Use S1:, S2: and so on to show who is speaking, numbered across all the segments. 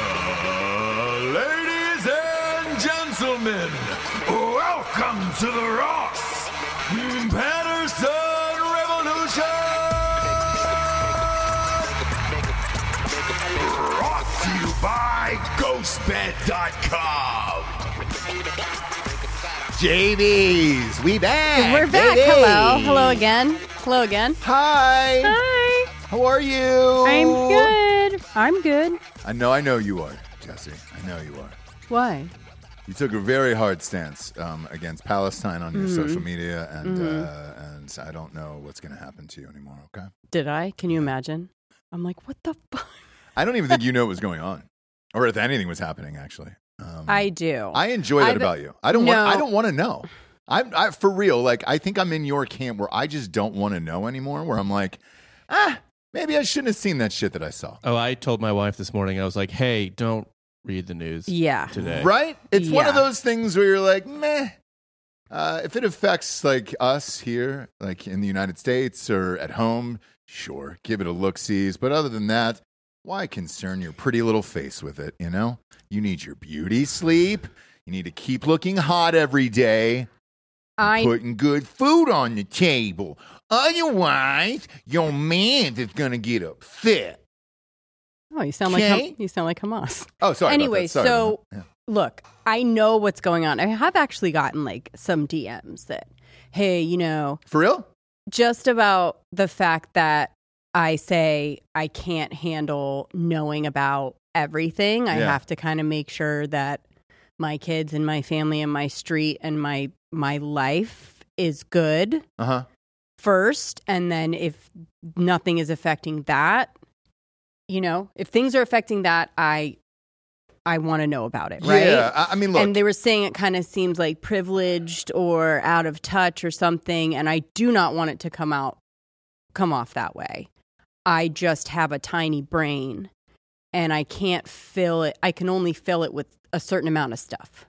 S1: Uh, ladies and gentlemen, welcome to the Ross Patterson Revolution! Brought to you by GhostBed.com.
S2: JB's, we back.
S3: We're back.
S2: baby.
S3: Hello. Hello again. Hello again.
S2: Hi.
S3: Hi.
S2: How are you?
S3: I'm good. I'm good.
S2: I know, I know you are, Jesse. I know you are.
S3: Why?
S2: You took a very hard stance um, against Palestine on your social media, and uh, and I don't know what's going to happen to you anymore. Okay.
S3: Did I? Can you imagine? I'm like, what the fuck?
S2: I don't even think you know what was going on, or if anything was happening. Actually, um,
S3: I do.
S2: I enjoy that
S3: I've-
S2: about you. I don't
S3: No.
S2: want. I don't want to know. I'm I, for real. Like I think I'm in your camp where I just don't want to know anymore. Where I'm like, ah, maybe I shouldn't have seen that shit that I saw.
S4: Oh, I told my wife this morning. I was like, "Hey, don't read the news
S3: yeah.
S4: today."
S2: Right? It's one of
S3: Yeah.
S2: those things where you're like, meh. Uh, if it affects like us here, like in the United States or at home, sure, give it a look, sees. But other than that, why concern your pretty little face with it? You know, you need your beauty sleep. You need to keep looking hot every day.
S3: I
S2: putting good food on the table. Otherwise, your man is gonna get upset.
S3: Oh, you sound like Ham-
S2: Okay.
S3: you sound like Hamas.
S2: Oh, sorry. about that.
S3: Anyway,
S2: Sorry about
S3: so-
S2: that. Yeah.
S3: Look, I know what's going on. I have actually gotten like some DMs that, hey, you know,
S2: for real?
S3: just about the fact that I say I can't handle knowing about everything. I
S2: Yeah.
S3: have to kind of make sure that my kids and my family and my street and my my life is good
S2: Uh huh.
S3: first and then if nothing is affecting that, you know, if things are affecting that, I I want to know about it, right?
S2: Yeah. I, I mean, look.
S3: And they were saying it kind of seems like privileged or out of touch or something. And I do not want it to come out, come off that way. I just have a tiny brain and I can't fill it. I can only fill it with a certain amount of stuff.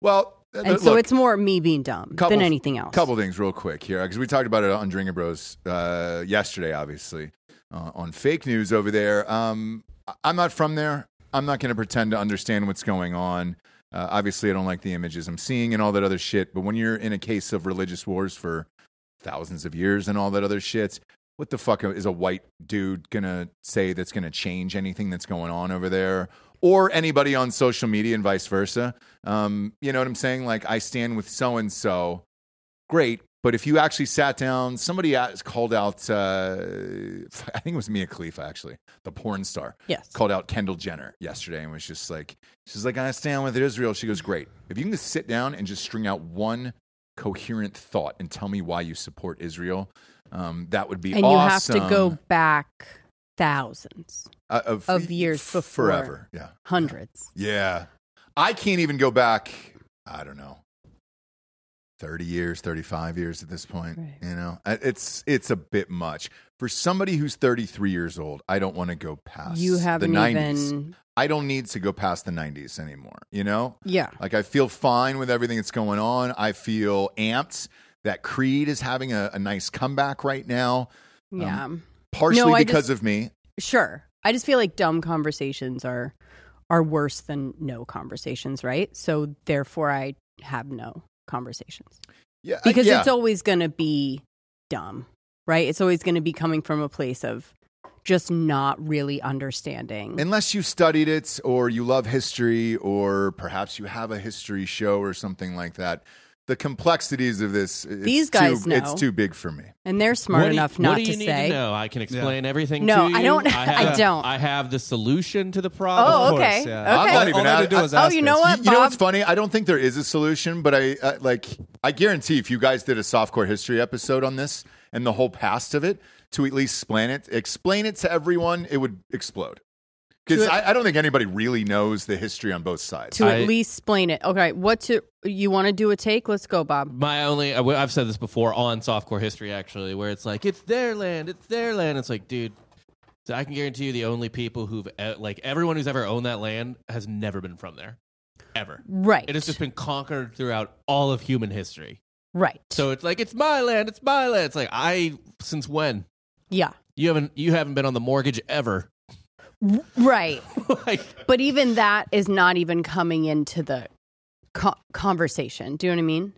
S2: well,
S3: And so it's more me being dumb
S2: Couple-
S3: than anything else.
S2: couple things real quick here because we talked about it on Drinker Bros uh, yesterday, obviously uh, on fake news over there. Um, I- I'm not from there. I'm not going to pretend to understand what's going on. Uh, obviously, I don't like the images I'm seeing and all that other shit. But when you're in a case of religious wars for thousands of years and all that other shit, what the fuck is a white dude gonna say that's gonna change anything that's going on over there? Or anybody on social media and vice versa. Um, you know what I'm saying? Like, I stand with so and so great. But if you actually sat down, somebody asked, called out, uh, I think it was Mia Khalifa, actually, the porn star,
S3: Yes.
S2: called out Kendall Jenner yesterday and was just like, she's like, I stand with Israel. She goes, great. If you can just sit down and just string out one coherent thought and tell me why you support Israel, um, that would be
S3: and
S2: awesome.
S3: you have to go back thousands,
S2: Uh,
S3: of years before.
S2: Forever. Yeah.
S3: hundreds.
S2: Yeah. I can't even go back, I don't know, 30 years, 35 years at this point,
S3: Right.
S2: you know. I- It's it's a bit much. For somebody who's 33 years old, I don't want to go past
S3: You haven't
S2: the 90s.
S3: even.
S2: I don't need to go past the 90s anymore, you know?
S3: Yeah.
S2: Like I feel fine with everything that's going on. I feel amped that Creed is having a, a nice comeback right now,
S3: Yeah.
S2: partially
S3: I
S2: because of me.
S3: sure i just feel like dumb conversations are are worse than no conversations right so therefore i have no conversations
S2: Yeah.
S3: because
S2: yeah.
S3: it's always going to be dumb right it's always going to be coming from a place of just not really understanding
S2: Unless you studied it or you love history or perhaps you have a history show or something like that. The complexities of this it's
S3: These guys
S2: too,
S3: know.
S2: it's too big for me.
S3: and they're smart
S4: What do you-
S3: enough
S4: what
S3: not
S4: do you
S3: to
S4: need
S3: say
S4: To know? I can explain everything.
S3: No,
S4: to you.
S3: I don't- I don't.
S4: I have the solution to the
S3: Oh,
S4: problem.
S3: Of okay. course, yeah. Okay.
S2: I'm not even
S4: All I had
S2: out-
S4: to do
S2: I-
S4: was
S3: Oh,
S4: ask
S3: you
S4: us.
S3: know
S2: You,
S3: what?
S2: you know
S3: Bob?
S2: what's funny? I don't think there is a solution, but I uh, like I guarantee if you guys did a softcore history episode on this and the whole past of it to at least explain it, explain it to everyone, it would explode. Because
S3: To-
S2: I, I don't think anybody really knows the history on both sides.
S3: to
S4: I-
S3: at least explain it okay what to you want to do a take let's go bob
S4: My only, I- I've said this before on softcore history, actually, where it's like it's their land, it's their land. It's like, dude, so I can guarantee you, the only people who've uh, like everyone who's ever owned that land has never been from there, ever.
S3: right
S4: It has just been conquered throughout all of human history.
S3: right
S4: So it's like it's my land, it's my land. It's like I since when?
S3: Yeah.
S4: You haven't you haven't been on the mortgage ever.
S3: Right.
S4: like
S3: But even that is not even coming into the co- conversation. Do you know what I mean?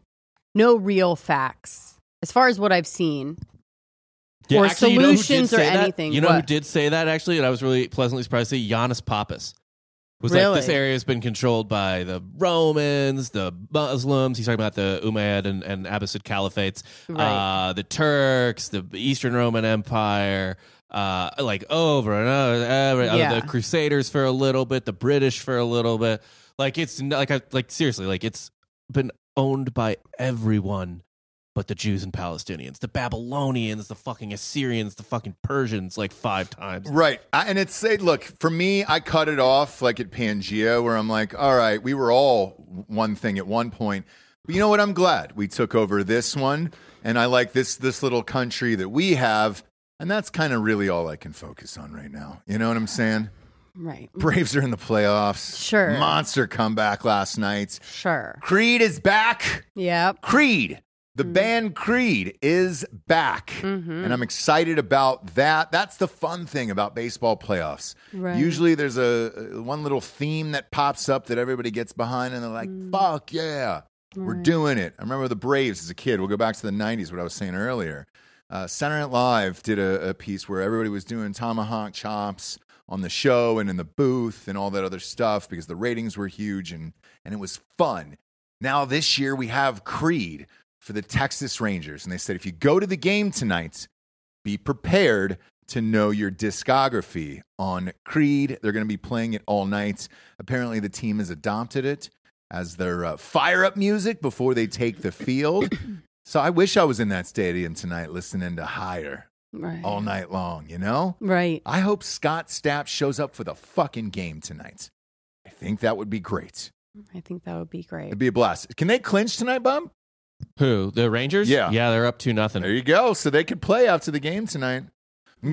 S3: No real facts. As far as what I've seen, Or
S4: actually, you know who did
S3: solutions or
S4: say that?
S3: anything.
S4: You know who
S3: What?
S4: did say that actually, and I was really pleasantly surprised to see Giannis Pappas. Was
S3: Really?
S4: like this area has been controlled by the Romans, the Muslims. He's talking about the Umayyad and, and Abbasid caliphates,
S3: Right.
S4: uh, the Turks, the Eastern Roman Empire, uh, like over and over, and over Uh,
S3: Yeah.
S4: the Crusaders for a little bit, the British for a little bit. Like it's n- like I, like seriously, like it's been owned by everyone but the Jews and Palestinians, the Babylonians, the fucking Assyrians, the fucking Persians, like five times.
S2: Right. I, and it's say, look, for me, I cut it off like at Pangea, where I'm like, all right, we were all one thing at one point. But you know what? I'm glad we took over this one, and I like this this little country that we have, and that's kind of really all I can focus on right now. You know what I'm saying?
S3: right.
S2: Braves are in the playoffs.
S3: Sure.
S2: Monster comeback last night.
S3: Sure.
S2: Creed is back.
S3: Yep.
S2: Creed. The band Creed is back. And I'm excited about that. That's the fun thing about baseball playoffs.
S3: Right.
S2: Usually there's a a- one little theme that pops up that everybody gets behind and they're like, "Fuck yeah. We're doing it." I remember the Braves as a kid. We'll go back to the 90s what I was saying earlier. Uh, Saturday Night Live did a, a piece where everybody was doing tomahawk chops on the show and in the booth and all that other stuff because the ratings were huge and and it was fun. Now this year we have Creed for the Texas Rangers, and they said if you go to the game tonight, be prepared to know your discography on Creed. They're going to be playing it all night. Apparently, the team has adopted it as their uh, fire up music before they take the field. so I wish I was in that stadium tonight listening to Higher
S3: Right.
S2: all night long, you know?
S3: Right.
S2: I hope Scott Stapp shows up for the fucking game tonight. I think that would be great.
S3: I think that would be great.
S2: It'd be a blast. Can they clinch tonight, Bum?
S4: Who? The Rangers?
S2: Yeah.
S4: Yeah, they're up to nothing.
S2: There you go. So they could play after the game tonight.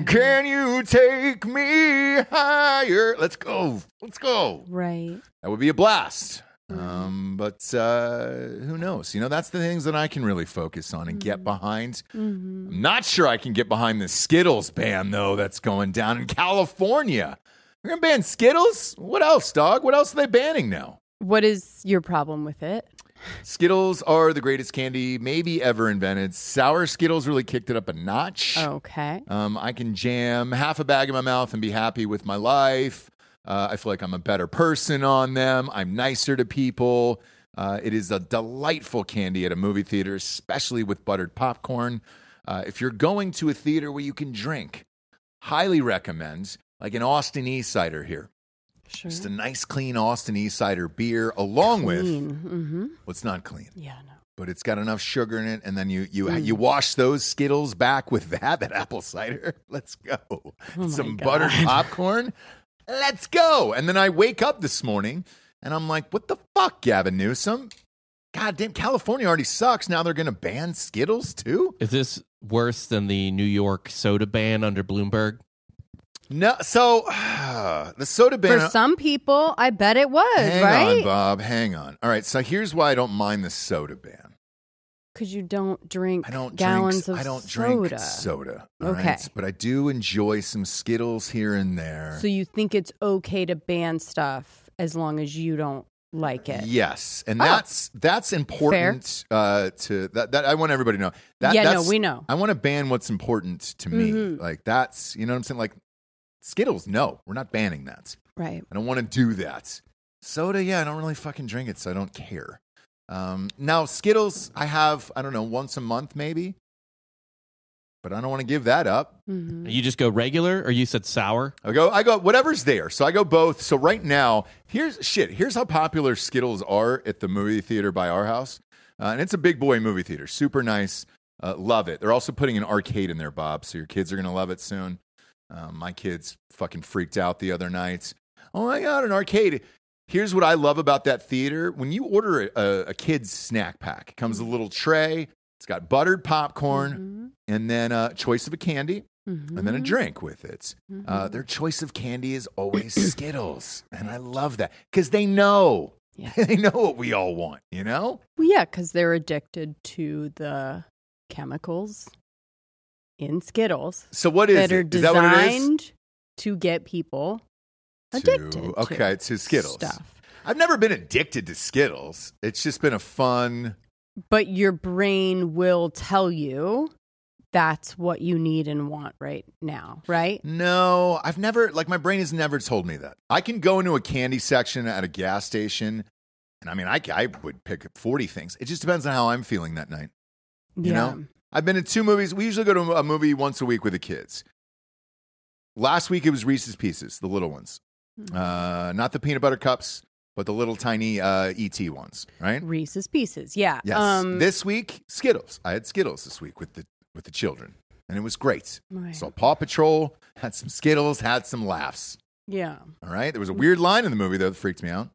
S2: Can you take me higher? Let's go. Let's go.
S3: Right.
S2: That would be a blast. Um, but uh, who knows? You know, that's the things that I can really focus on and get behind.
S3: Mm-hmm.
S2: I'm not sure I can get behind the Skittles ban, though, that's going down in California. They're going to ban Skittles? What else, dog? What else are they banning now?
S3: What is your problem with it?
S2: Skittles are the greatest candy maybe ever invented. Sour Skittles really kicked it up a notch.
S3: Oh, Okay.
S2: Um, I can jam half a bag in my mouth and be happy with my life. Uh, I feel like I'm a better person on them. I'm nicer to people. Uh, it is a delightful candy at a movie theater, especially with buttered popcorn. Uh, if you're going to a theater where you can drink, highly recommend like an Austin East cider here.
S3: Sure.
S2: Just a nice, clean Austin East cider beer, along with
S3: Mm-hmm.
S2: what's not clean
S3: Yeah. No.
S2: but it's got enough sugar in it and then you you you
S3: Mm.
S2: wash those skittles back with that that apple cider let's go
S3: Oh my
S2: some
S3: God.
S2: buttered popcorn let's go and then i wake up this morning and i'm like what the fuck gavin newsom god damn california already sucks now they're gonna ban skittles too
S4: Is this worse than the New York soda ban under Bloomberg?
S2: no so the soda ban
S3: For some people, I bet it was
S2: hang on
S3: right
S2: bob hang on all right so here's why i don't mind the soda ban
S3: because you don't drink
S2: I don't
S3: gallons
S2: drink,
S3: of
S2: I don't
S3: soda.
S2: drink soda. all right?
S3: Okay.
S2: But I do enjoy some Skittles here and there.
S3: So you think it's okay to ban stuff as long as you don't like it?
S2: Yes, and
S3: Oh.
S2: that's that's important uh, to that, that. I want everybody to know. That,
S3: yeah, no,
S2: that's,
S3: we Mm-hmm. know.
S2: I want to ban what's important to me. Like that's you know what I'm saying. Like Skittles, no, we're not banning that.
S3: Right.
S2: I don't want to do that. Soda, yeah, I don't really fucking drink it, so I don't care. Um, now Skittles, I have I don't know once a month maybe, but I don't want to give that up.
S3: hmm
S4: You just go regular or you said sour?
S2: I go, I go, whatever's there. So I go both. So right now, here's shit. Here's how popular Skittles are at the movie theater by our house, uh, and it's a big boy movie theater. Super nice, uh, love it. They're also putting an arcade in there, Bob. So your kids are gonna love it soon. Um, my kids fucking freaked out the other night. Oh my god, an arcade! Here's what I love about that theater: when you order a, a, a kid's snack pack, it comes with a little tray. It's got buttered popcorn and then a choice of a candy and
S3: Mm-hmm.
S2: then a drink with it. Uh, their choice of candy is always Skittles, and I love that because they know
S3: Yeah.
S2: they know what we all want. You know,
S3: Well, yeah, because they're addicted to the chemicals. in Skittles
S2: So what is
S3: that are
S2: it? Is that what it is?
S3: designed to get people
S2: To-
S3: addicted. to
S2: okay, to Skittles.
S3: stuff.
S2: I've never been addicted to Skittles. It's just been a fun.
S3: But your brain will tell you that's what you need and want right now, right?
S2: No, I've never like my brain has never told me that. I can go into a candy section at a gas station, and I mean, I, I would pick up forty things. It just depends on how I'm feeling that night. You know, I've been in two movies. We usually go to a movie once a week with the kids. Last week it was Reese's Pieces, the little ones,
S3: Mm-hmm.
S2: uh, not the peanut butter cups, but the little tiny uh, ET ones, right?
S3: Reese's Pieces. Yeah.
S2: Yes.
S3: Um,
S2: this week, Skittles. I had Skittles this week with the with the children, and it was great.
S3: Right.
S2: Saw Paw Patrol, had some Skittles, had some laughs.
S3: yeah.
S2: All right. There was a weird line in the movie though that freaked me out.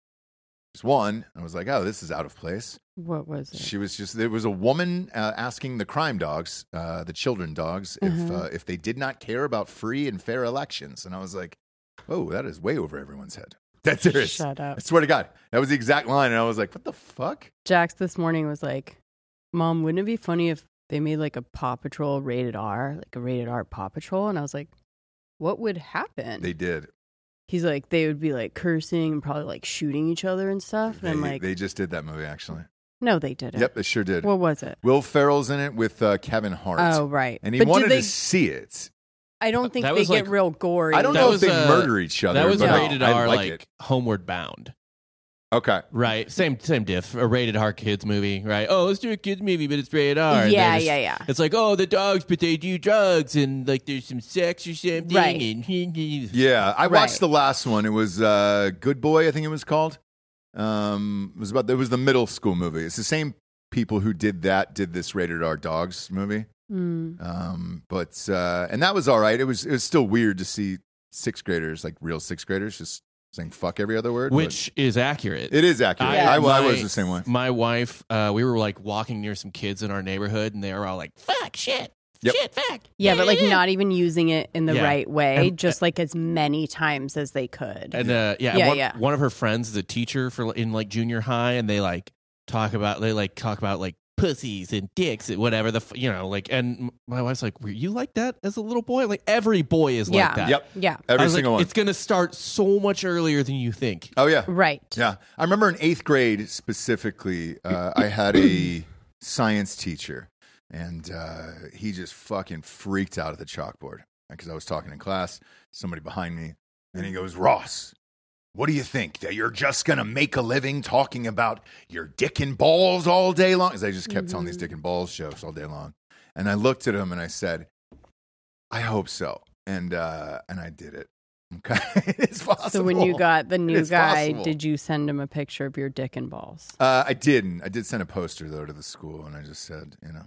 S2: There's one. I was like, oh, this is out of place.
S3: What was it?
S2: She was just there was a woman uh, asking the crime dogs, uh, the children dogs, if uh, if they did not care about free and fair elections, and I was like, oh, that is way over everyone's head. That's serious.
S3: Shut up.
S2: I swear to God, that was the exact line, and I was like, what the fuck?
S3: Jax this morning was like, "Mom, wouldn't it be funny if they made like a Paw Patrol rated R, like a rated R Paw Patrol?" And I was like, "What would happen?"
S2: They did.
S3: He's like, "They would be like cursing and probably like shooting each other and stuff." And
S2: They,
S3: I'm like,
S2: they just did that movie actually.
S3: "No, they didn't."
S2: Yep, it sure did.
S3: What was it?
S2: Will Ferrell's in it with uh, Kevin Hart.
S3: Oh, right.
S2: And he
S3: but did
S2: wanted
S3: they,
S2: to see it.
S3: I don't think
S4: Uh, That
S3: they
S4: was,
S3: get
S4: like-
S3: real gory.
S2: I don't
S4: That
S2: know
S4: was,
S2: if they
S4: uh,
S2: murder each other.
S4: that was
S2: but I-
S4: rated
S2: I,
S4: R,
S2: like,
S4: like,
S2: it.
S4: Homeward Bound,
S2: Okay.
S4: right? Same same diff. A rated R kids movie, right? Oh, let's do a kids movie, but it's rated R. and
S3: Yeah,
S4: they're just-
S3: yeah, yeah.
S4: It's like oh, the dogs, but they do drugs, and like there's some sex or something,
S3: Right.
S4: and
S2: Yeah, I
S3: Right.
S2: watched the last one. It was uh, Good Boy, I think it was called. Um, it was about it was the middle school movie. It's the same people who did that did this rated R dogs movie.
S3: Mm.
S2: Um, but uh, and that was all right. It was it was still weird to see sixth graders like real sixth graders just saying fuck every other word. but
S4: which is accurate.
S2: it is accurate.
S3: Yeah.
S2: I, I
S4: my-
S2: was the same way.
S4: My wife, uh, we were like walking near some kids in our neighborhood, and they were all like, "Fuck, shit,
S2: Yep.
S4: shit, fuck."
S3: Yeah, but like not even using it in the
S4: Yeah.
S3: right way,
S4: And-
S3: just like as many times as they could.
S4: And uh, yeah, and
S3: Yeah,
S4: one,
S3: yeah.
S4: one of her friends is a teacher for in like junior high, and they like talk about they like talk about like pussies and dicks and whatever the f- you know like. And m- my wife's like, "Were you like that as a little boy? Like every boy is
S3: Yeah.
S4: like that."
S2: Yep,
S3: yeah.
S4: I
S2: every
S4: was like,
S2: single one.
S4: It's gonna start so much earlier than you think.
S2: Oh yeah,
S3: Right.
S2: Yeah. I remember in eighth grade specifically, uh, I had a science teacher and uh, he just fucking freaked out at the chalkboard because I was talking in class, somebody behind me, and he
S3: Mm-hmm.
S2: goes, Ross, what do you think? That you're just going to make a living talking about your dick and balls all day long? Because I just kept
S3: Mm-hmm.
S2: telling these dick and balls jokes all day long. And I looked at him and I said, I hope so. And, uh, and I did it. Okay. it's possible.
S3: So when you got the new
S2: It's
S3: guy,
S2: possible.
S3: did you send him a picture of your dick and balls?
S2: Uh, I didn't. I did send a poster though to the school, and I just said, you know,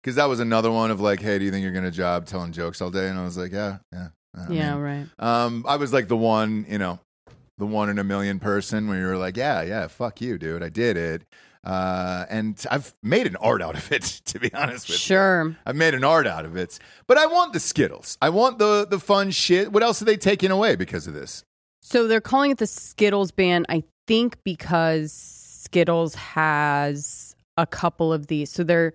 S2: because that was another one of like, hey, do you think you're gonna job telling jokes all day? And I was like, yeah, yeah, I
S3: yeah,
S2: mean,
S3: right.
S2: um, I was like the one, you know, the one in a million person where you were like, yeah, yeah, fuck you, dude, I did it, uh, and I've made an art out of it, to be honest with you.
S3: Sure.
S2: I've made an art out of it, but I want the Skittles. I want the the fun shit. What else are they taking away because of this?
S3: So they're calling it the Skittles ban, I think, because Skittles has a couple of these. So they're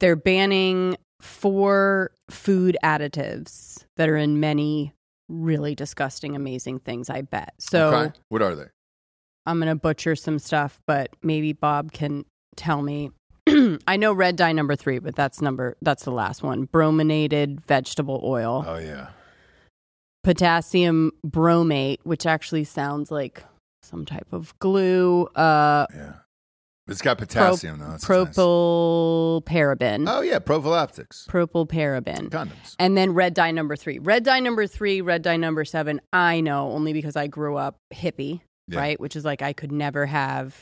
S3: they're banning four food additives that are in many really disgusting, amazing things. I bet. So
S2: Okay. what are they?
S3: I'm gonna butcher some stuff, but maybe Bob can tell me. I know red dye number three, but that's number that's the last one. Brominated vegetable oil.
S2: Oh yeah,
S3: potassium bromate, which actually sounds like some type of glue, uh,
S2: yeah. It's got potassium though. That's nice.
S3: propylparaben,
S2: Oh yeah, prophylactics,
S3: propylparaben,
S2: condoms.
S3: and then red dye number three. Red dye number three, red dye number seven. I know only because I grew up hippie,
S2: Yeah.
S3: right? Which is like I could never have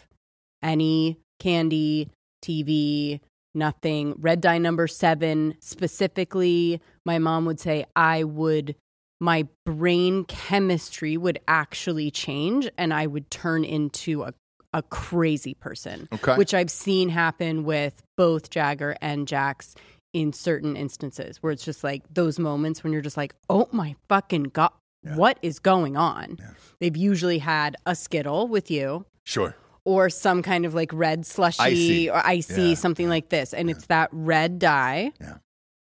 S3: any candy, TV. Nothing. Red dye number seven specifically. My mom would say I would my brain chemistry would actually change and I would turn into a, a crazy person,
S2: Okay.
S3: which I've seen happen with both Jagger and Jax in certain instances where it's just like those moments when you're just like, oh my fucking God, what is going on? They've usually had a Skittle with you
S2: Sure.
S3: or some kind of like red slushy
S2: Icy.
S3: or icy,
S2: Yeah.
S3: something like this. And it's that red dye
S2: Yeah.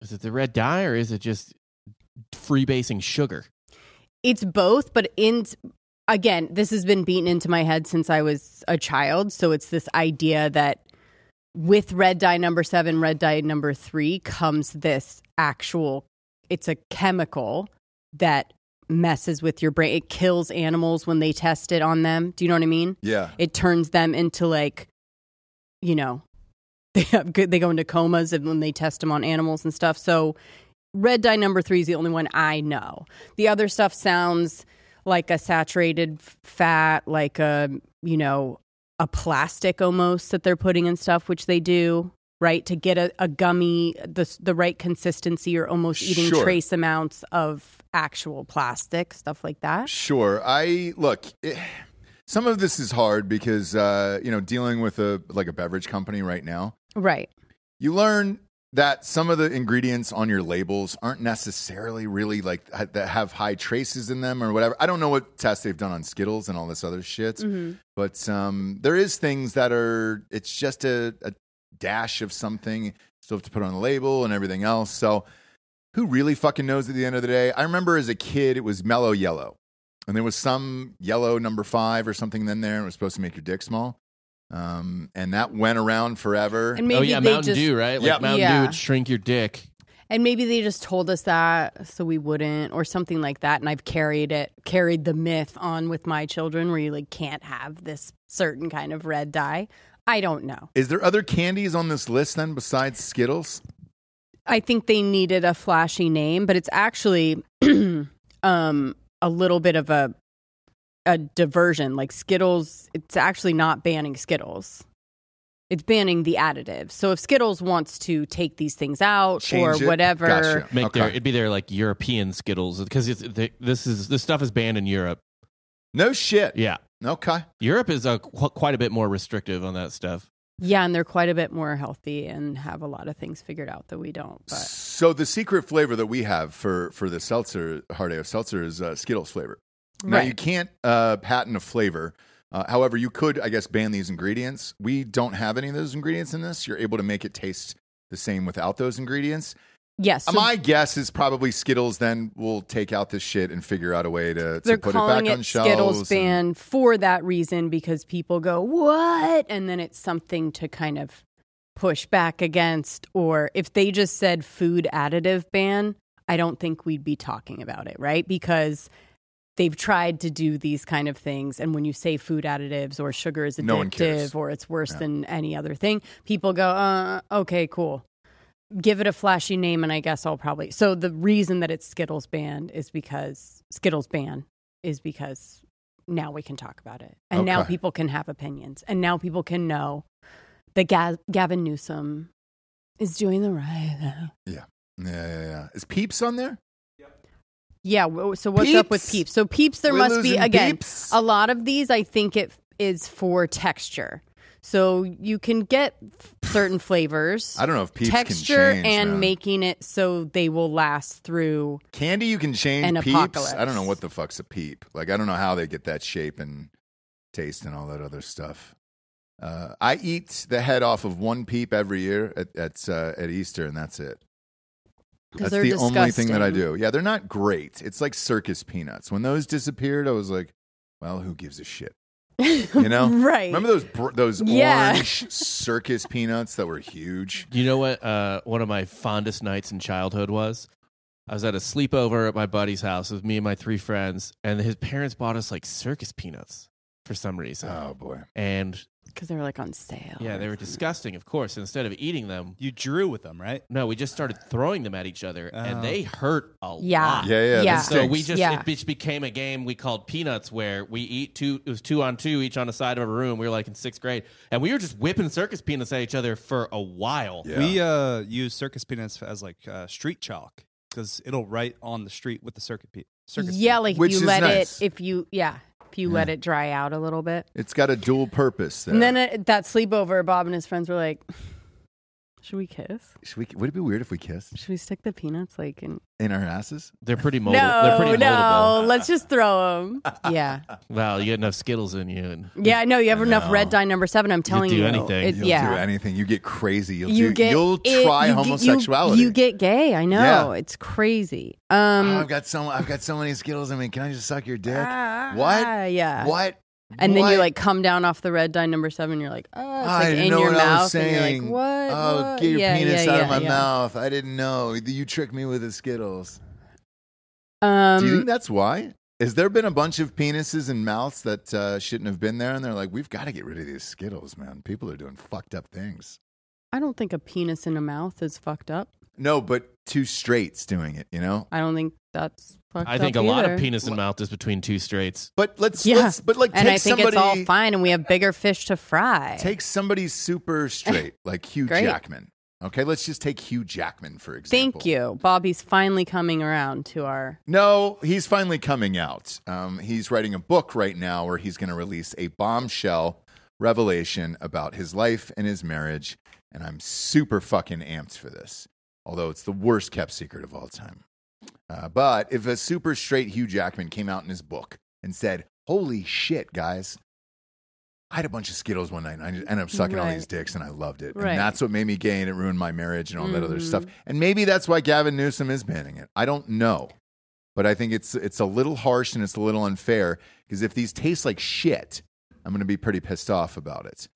S4: Is it the red dye or is it just freebasing sugar?
S3: It's both, but in again, this has been beaten into my head since I was a child. So it's this idea that with red dye number seven, red dye number three comes this actual. It's a chemical that messes with your brain. It kills animals when they test it on them. Do you know what I mean?
S2: Yeah.
S3: It turns them into like, you know, they have good, they go into comas and when they test them on animals and stuff. So red dye number three is the only one I know. The other stuff sounds like a saturated f- fat, like a you know a plastic almost that they're putting in stuff, which they do right to get a, a gummy the s- the right consistency or almost eating
S2: Sure.
S3: trace amounts of actual plastic stuff like that.
S2: Sure. I look. It, some of this is hard because uh, you know dealing with a like a beverage company right now.
S3: Right.
S2: You learn that some of the ingredients on your labels aren't necessarily really like ha- that have high traces in them or whatever. I don't know what tests they've done on Skittles and all this other shit,
S3: Mm-hmm.
S2: but um, there is things that are. It's just a, a dash of something. Still have to put on the label and everything else. So who really fucking knows at the end of the day? I remember as a kid, it was mellow yellow. And there was some yellow number five or something in there, and it was supposed to make your dick small. Um, and that went around forever.
S3: And maybe
S4: oh yeah,
S3: they
S4: Mountain
S3: just
S4: Dew, right? Like
S2: Yeah.
S4: Mountain
S3: Yeah.
S4: Dew would shrink your dick.
S3: And maybe they just told us that so we wouldn't, or something like that. And I've carried it, carried the myth on with my children where you like can't have this certain kind of red dye. I don't know.
S2: Is there other candies on this list then besides Skittles?
S3: I think they needed a flashy name, but it's actually um, a little bit of a a diversion. Like Skittles, it's actually not banning Skittles. It's banning the additives. So if Skittles wants to take these things out
S2: Change
S3: or
S2: it?
S3: whatever,
S2: Gotcha.
S4: Make their
S2: Okay.
S4: it'd be their like European Skittles because it's they, this is this stuff is banned in Europe.
S2: No shit.
S4: Yeah,
S2: Okay.
S4: Europe is uh, qu- quite a bit more restrictive on that stuff.
S3: Yeah, and they're quite a bit more healthy and have a lot of things figured out that we don't. But
S2: So the secret flavor that we have for for the seltzer, hard ale seltzer, is uh, Skittles flavor. Now
S3: Right.
S2: you can't uh, patent a flavor. Uh, however, you could, I guess, ban these ingredients. We don't have any of those ingredients in this. You're able to make it taste the same without those ingredients.
S3: yes, so
S2: My guess is probably Skittles. Then will take out this shit and figure out a way to, to
S3: they're
S2: put it back
S3: calling it,
S2: on shelves.
S3: Skittles
S2: and-
S3: ban for that reason because people go what, and then it's something to kind of push back against. Or if they just said food additive ban, I don't think we'd be talking about it, right? Because they've tried to do these kind of things, and when you say food additives or sugar is addictive
S2: No one cares.
S3: or it's worse
S2: Yeah.
S3: than any other thing, people go, uh, okay, cool. give it a flashy name and I guess I'll probably so the reason that it's Skittles banned is because Skittles ban is because now we can talk about it. And now
S2: Okay.
S3: people can have opinions. And now people can know that Ga- Gavin Newsom is doing the right. thing.
S2: Yeah, yeah, yeah. Is Peeps on there?
S3: Yeah, w- so what's up with
S2: Peeps.
S3: peeps? So peeps there
S2: We're
S3: must be
S2: losing
S3: again
S2: Peeps.
S3: a lot of these I think it is for texture. So you can get certain flavors.
S2: I don't know if Peeps
S3: texture
S2: can change,
S3: and
S2: man.
S3: making it so they will last through
S2: Candy you can change
S3: An
S2: peeps.
S3: apocalypse.
S2: I don't know what the fuck's a peep. Like I don't know how they get that shape and taste and all that other stuff. Uh, I eat the head off of one peep every year at at, uh, at Easter, and that's it.
S3: because
S2: That's
S3: they're
S2: the only thing that I
S3: disgusting.
S2: do. Yeah, they're not great. It's like circus peanuts. When those disappeared, I was like, "Well, who gives a shit?" You know?
S3: right.
S2: Remember those br- those
S3: Yeah.
S2: orange circus peanuts that were huge?
S4: You know what? Uh, one of my fondest nights in childhood was. I was at a sleepover at my buddy's house with me and my three friends, and his parents bought us like circus peanuts for some reason.
S2: Oh boy,
S4: And
S3: because they were like on sale.
S4: yeah, they were disgusting, of course. Instead of eating them,
S5: You drew with them, right?
S4: no, we just started throwing them at each other,
S5: Oh.
S4: and they hurt a
S3: Yeah.
S4: lot.
S2: yeah, yeah.
S3: Yeah.
S2: that
S4: So we
S2: stinks.
S4: just
S3: Yeah.
S4: it just became a game we called Peanuts, where we eat two. It was two on two, each on the side of a room. We were like in sixth grade, and we were just whipping circus peanuts at each other for a while.
S2: Yeah.
S5: We uh, use circus peanuts as like uh, street chalk because it'll write on the street with the circuit pe- circus.
S3: yeah, like
S2: Which
S3: if
S2: is
S3: you let
S2: nice.
S3: it, if you, yeah, if you let it dry out a little bit.
S2: it's got a dual purpose there.
S3: And then at that sleepover, Bob and his friends were like, Should we kiss?
S2: Should we? Would it be weird if we kissed
S3: Should we stick the peanuts like in?
S2: in our asses?
S4: They're pretty moldable. They're
S3: No,
S4: pretty
S3: no.
S4: moldable.
S3: Let's just throw them. Yeah,
S4: Wow, you get enough Skittles in you. And
S3: yeah. No, you have enough
S2: No.
S3: red dye number seven. I'm telling
S4: do
S3: you,
S4: anything.
S3: It-
S2: You'll do
S3: yeah,
S2: anything. You get crazy. You'll
S3: you
S2: do,
S3: get.
S2: You'll
S3: it-
S2: try
S3: you get- you-
S2: homosexuality.
S3: You, get gay. I know.
S2: Yeah.
S3: It's crazy.
S2: Oh,
S3: Um,
S2: I've got so I've got so many Skittles. I mean, can I just suck your dick?
S3: ah,
S2: what?
S3: Yeah.
S2: What?
S3: And then you
S2: What?
S3: like come down off the red dye number seven. You're like, oh, it's
S2: I
S3: like
S2: didn't
S3: in
S2: know
S3: your
S2: what I was
S3: mouth.
S2: saying.
S3: And you're like, what?
S2: Oh,
S3: What?"
S2: get your
S3: Yeah,
S2: penis
S3: yeah,
S2: out of
S3: yeah,
S2: my
S3: yeah.
S2: mouth. I didn't know. You tricked me with the Skittles.
S3: Um,
S2: Do you think that's why? Has there been a bunch of penises and mouths that uh, shouldn't have been there? And they're like, we've got to get rid of these Skittles, man. People are doing fucked up things.
S3: I don't think a penis in a mouth is fucked up.
S2: No, but two straights doing it, you know?
S3: I don't think that's fucked
S4: I think a
S3: up
S4: lot
S3: either.
S4: of penis and mouth is between two straights.
S2: But let's,
S3: Yeah.
S2: let's but like
S3: And
S2: take
S3: I think
S2: somebody,
S3: it's all fine, and we have bigger fish to fry.
S2: take somebody super straight, like Hugh
S3: Great.
S2: Jackman. Okay, let's just take Hugh Jackman for example.
S3: Thank you, Bobby's finally coming around to our.
S2: No, he's finally coming out. Um, he's writing a book right now where he's going to release a bombshell revelation about his life and his marriage. And I'm super fucking amped for this, although it's the worst kept secret of all time. Uh, but if a super straight Hugh Jackman came out in his book and said, Holy shit, guys, I had a bunch of Skittles one night and I ended up sucking all
S3: Right.
S2: these dicks and I loved it.
S3: Right.
S2: And that's what made me gay and it ruined my marriage and all that other
S3: Mhm.
S2: stuff. And maybe that's why Gavin Newsom is banning it. I don't know. But I think it's, it's a little harsh and it's a little unfair because if these taste like shit, I'm going to be pretty pissed off about it.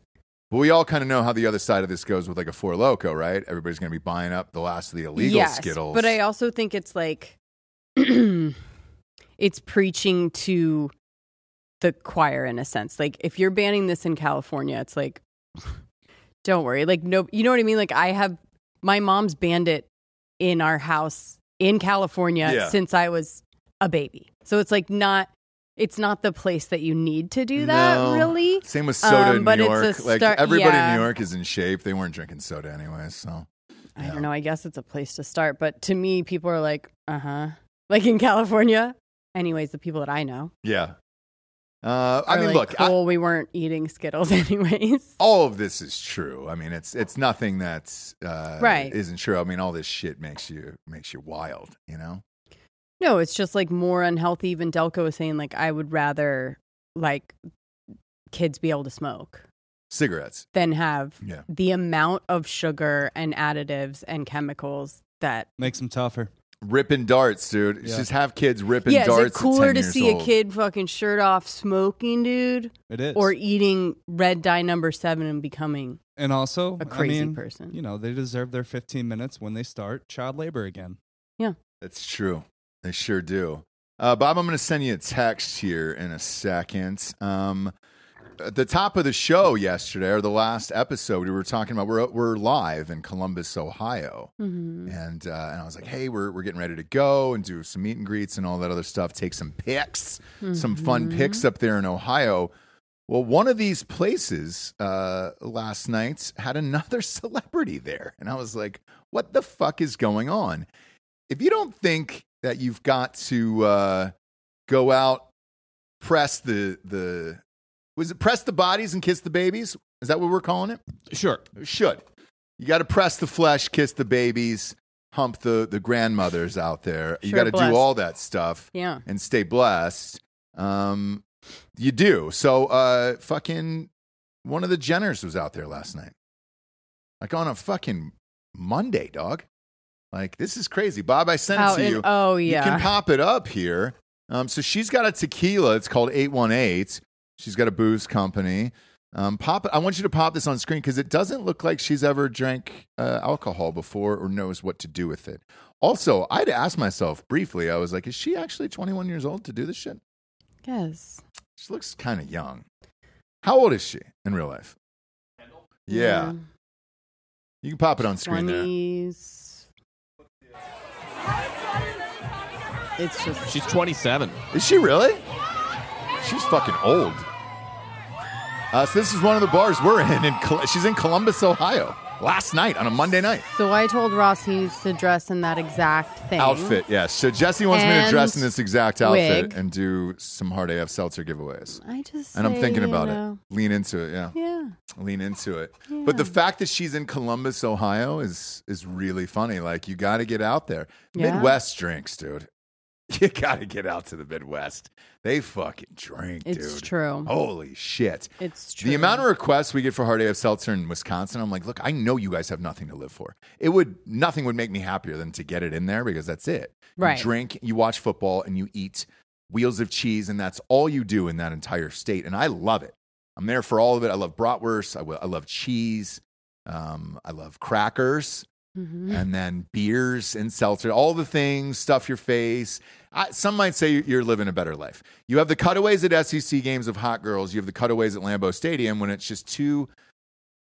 S2: But we all kind of know how the other side of this goes with like a Four Loco, right? Everybody's going to be buying up the last of the illegal
S3: yes,
S2: Skittles.
S3: but I also think it's like it's preaching to the choir in a sense. Like if you're banning this in California, it's like don't worry. Like no, you know what I mean. Like I have my mom's banned it in our house in California
S2: Yeah.
S3: since I was a baby. So it's like not. It's not the place that you need to do that,
S2: No.
S3: really.
S2: Same with soda
S3: Um,
S2: in
S3: but
S2: New
S3: it's a
S2: York. like
S3: start-
S2: everybody
S3: yeah.
S2: in New York is in shape. They weren't drinking soda anyway, so
S3: I
S2: Yeah.
S3: don't know. I guess it's a place to start. But to me, people are like, uh huh. Like in California, anyways, the people that I know.
S2: yeah. Uh, I
S3: are
S2: mean,
S3: like,
S2: look, I-
S3: cool, we weren't eating Skittles anyways.
S2: all of this is true. I mean, it's it's nothing that's uh,
S3: Right.
S2: isn't true. I mean, all this shit makes you makes you wild. You know,
S3: No, it's just like more unhealthy. Even Delco was saying, like, I would rather like kids be able to smoke
S2: cigarettes.
S3: than have
S2: Yeah.
S3: the amount of sugar and additives and chemicals that.
S5: Makes them tougher.
S2: Ripping darts, dude.
S5: Yeah.
S2: Just have kids ripping
S3: yeah,
S2: darts.
S3: is it cooler
S2: at 10
S3: to
S2: years
S3: see
S2: old.
S3: a kid fucking shirt off smoking, dude,
S5: It is.
S3: or eating red dye number seven and becoming
S5: and also
S3: a crazy
S5: I mean,
S3: person?
S5: You know, they deserve their 15 minutes when they start child labor again.
S2: That's true. They sure do. Uh, Bob, I'm going to send you a text here in a second. Um, at the top of the show yesterday, or the last episode, we were talking about we're we're live in Columbus, Ohio,
S3: Mhm.
S2: and uh, and I was like, hey, we're we're getting ready to go and do some meet and greets and all that other stuff. Take some pics, some fun pics up there in Ohio. Well, one of these places uh, last night had another celebrity there, and I was like, what the fuck is going on? if you don't think that you've got to uh, go out, press the the was it press the bodies and kiss the babies? Is that what we're calling it?
S4: Sure.
S2: It should. You got to press the flesh, kiss the babies, hump the the grandmothers out there. you
S3: Sure,
S2: got to do
S3: blessed.
S2: all that stuff
S3: Yeah.
S2: and stay blessed. Um, you do. So, uh, fucking one of the Jenners was out there last night, like on a fucking Monday, dog. Like this is crazy, Bob. I sent it
S3: Out
S2: to
S3: in-
S2: you.
S3: oh yeah.
S2: You can pop it up here. Um, so she's got a tequila. It's called 818. She's got a booze company. Um, pop. I want you to pop this on screen because it doesn't look like she's ever drank uh, alcohol before or knows what to do with it. Also, I'd asked myself briefly. I was like, "Is she actually 21 years old to do this shit?"
S3: yes.
S2: She looks kind of young. How old is she in real life? Yeah, you can pop it on screen there.
S3: 20s. It's just
S4: She's 27.
S2: Is she really? She's fucking old. Uh, so this is one of the bars we're in. in Col- she's in Columbus, Ohio. Last night on a Monday night
S3: so. I told Ross he needs to dress in that exact thing.
S2: outfit. Yes. So Jesse wants me to
S3: And
S2: dress in this exact outfit
S3: wig.
S2: and do some hard AF seltzer giveaways.
S3: I just
S2: And I'm
S3: say,
S2: thinking
S3: you
S2: about
S3: know,
S2: it. Lean into it. Yeah.
S3: Yeah,
S2: lean into it. But the fact that she's in Columbus, Ohio, is is really funny. Like you got to get out there.
S3: Yeah.
S2: Midwest drinks, dude. You got to get out to the Midwest. They fucking drink,
S3: It's
S2: dude.
S3: true.
S2: Holy shit.
S3: It's true.
S2: The amount of requests we get for Hard AF Seltzer in Wisconsin, I'm like, look, I know you guys have nothing to live for. It would nothing would make me happier than to get it in there because that's it. You
S3: Right.
S2: drink, you watch football, and you eat wheels of cheese, and that's all you do in that entire state. And I love it. I'm there for all of it. I love bratwurst. I, will- I love cheese. Um, I love crackers
S3: Mhm.
S2: and then beers and seltzer, all the things, stuff your face. I, some might say you're- you're living a better life. You have the cutaways at SEC games of hot girls. You have the cutaways at Lambeau Stadium when it's just two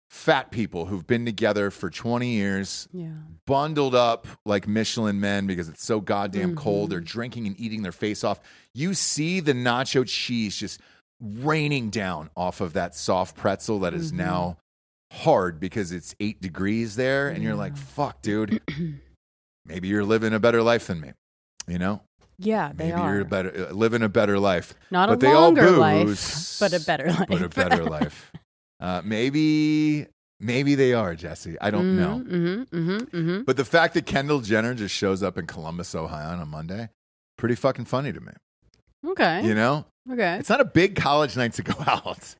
S2: fat people who've been together for 20 years,
S3: yeah.
S2: bundled up like Michelin men because it's so goddamn cold.
S3: Mhm.
S2: They're drinking and eating their face off. You see the nacho cheese just raining down off of that soft pretzel that is
S3: Mhm.
S2: now hard because it's eight degrees there. And you're like,
S3: Yeah.
S2: fuck, dude, maybe you're living a better life than me. You know,
S3: Yeah, they
S2: maybe
S3: are.
S2: you're better, uh, living a better life,
S3: Not
S2: but
S3: a
S2: they all
S3: longer
S2: booze,
S3: life, but a better life.
S2: but a better life. Uh, maybe, maybe they are, Jesse. I don't know.
S3: Mm-hmm, mm-hmm, mm-hmm.
S2: But the fact that Kendall Jenner just shows up in Columbus, Ohio on a Monday, pretty fucking funny to me.
S3: Okay.
S2: You know?
S3: Okay.
S2: It's not a big college night to go out.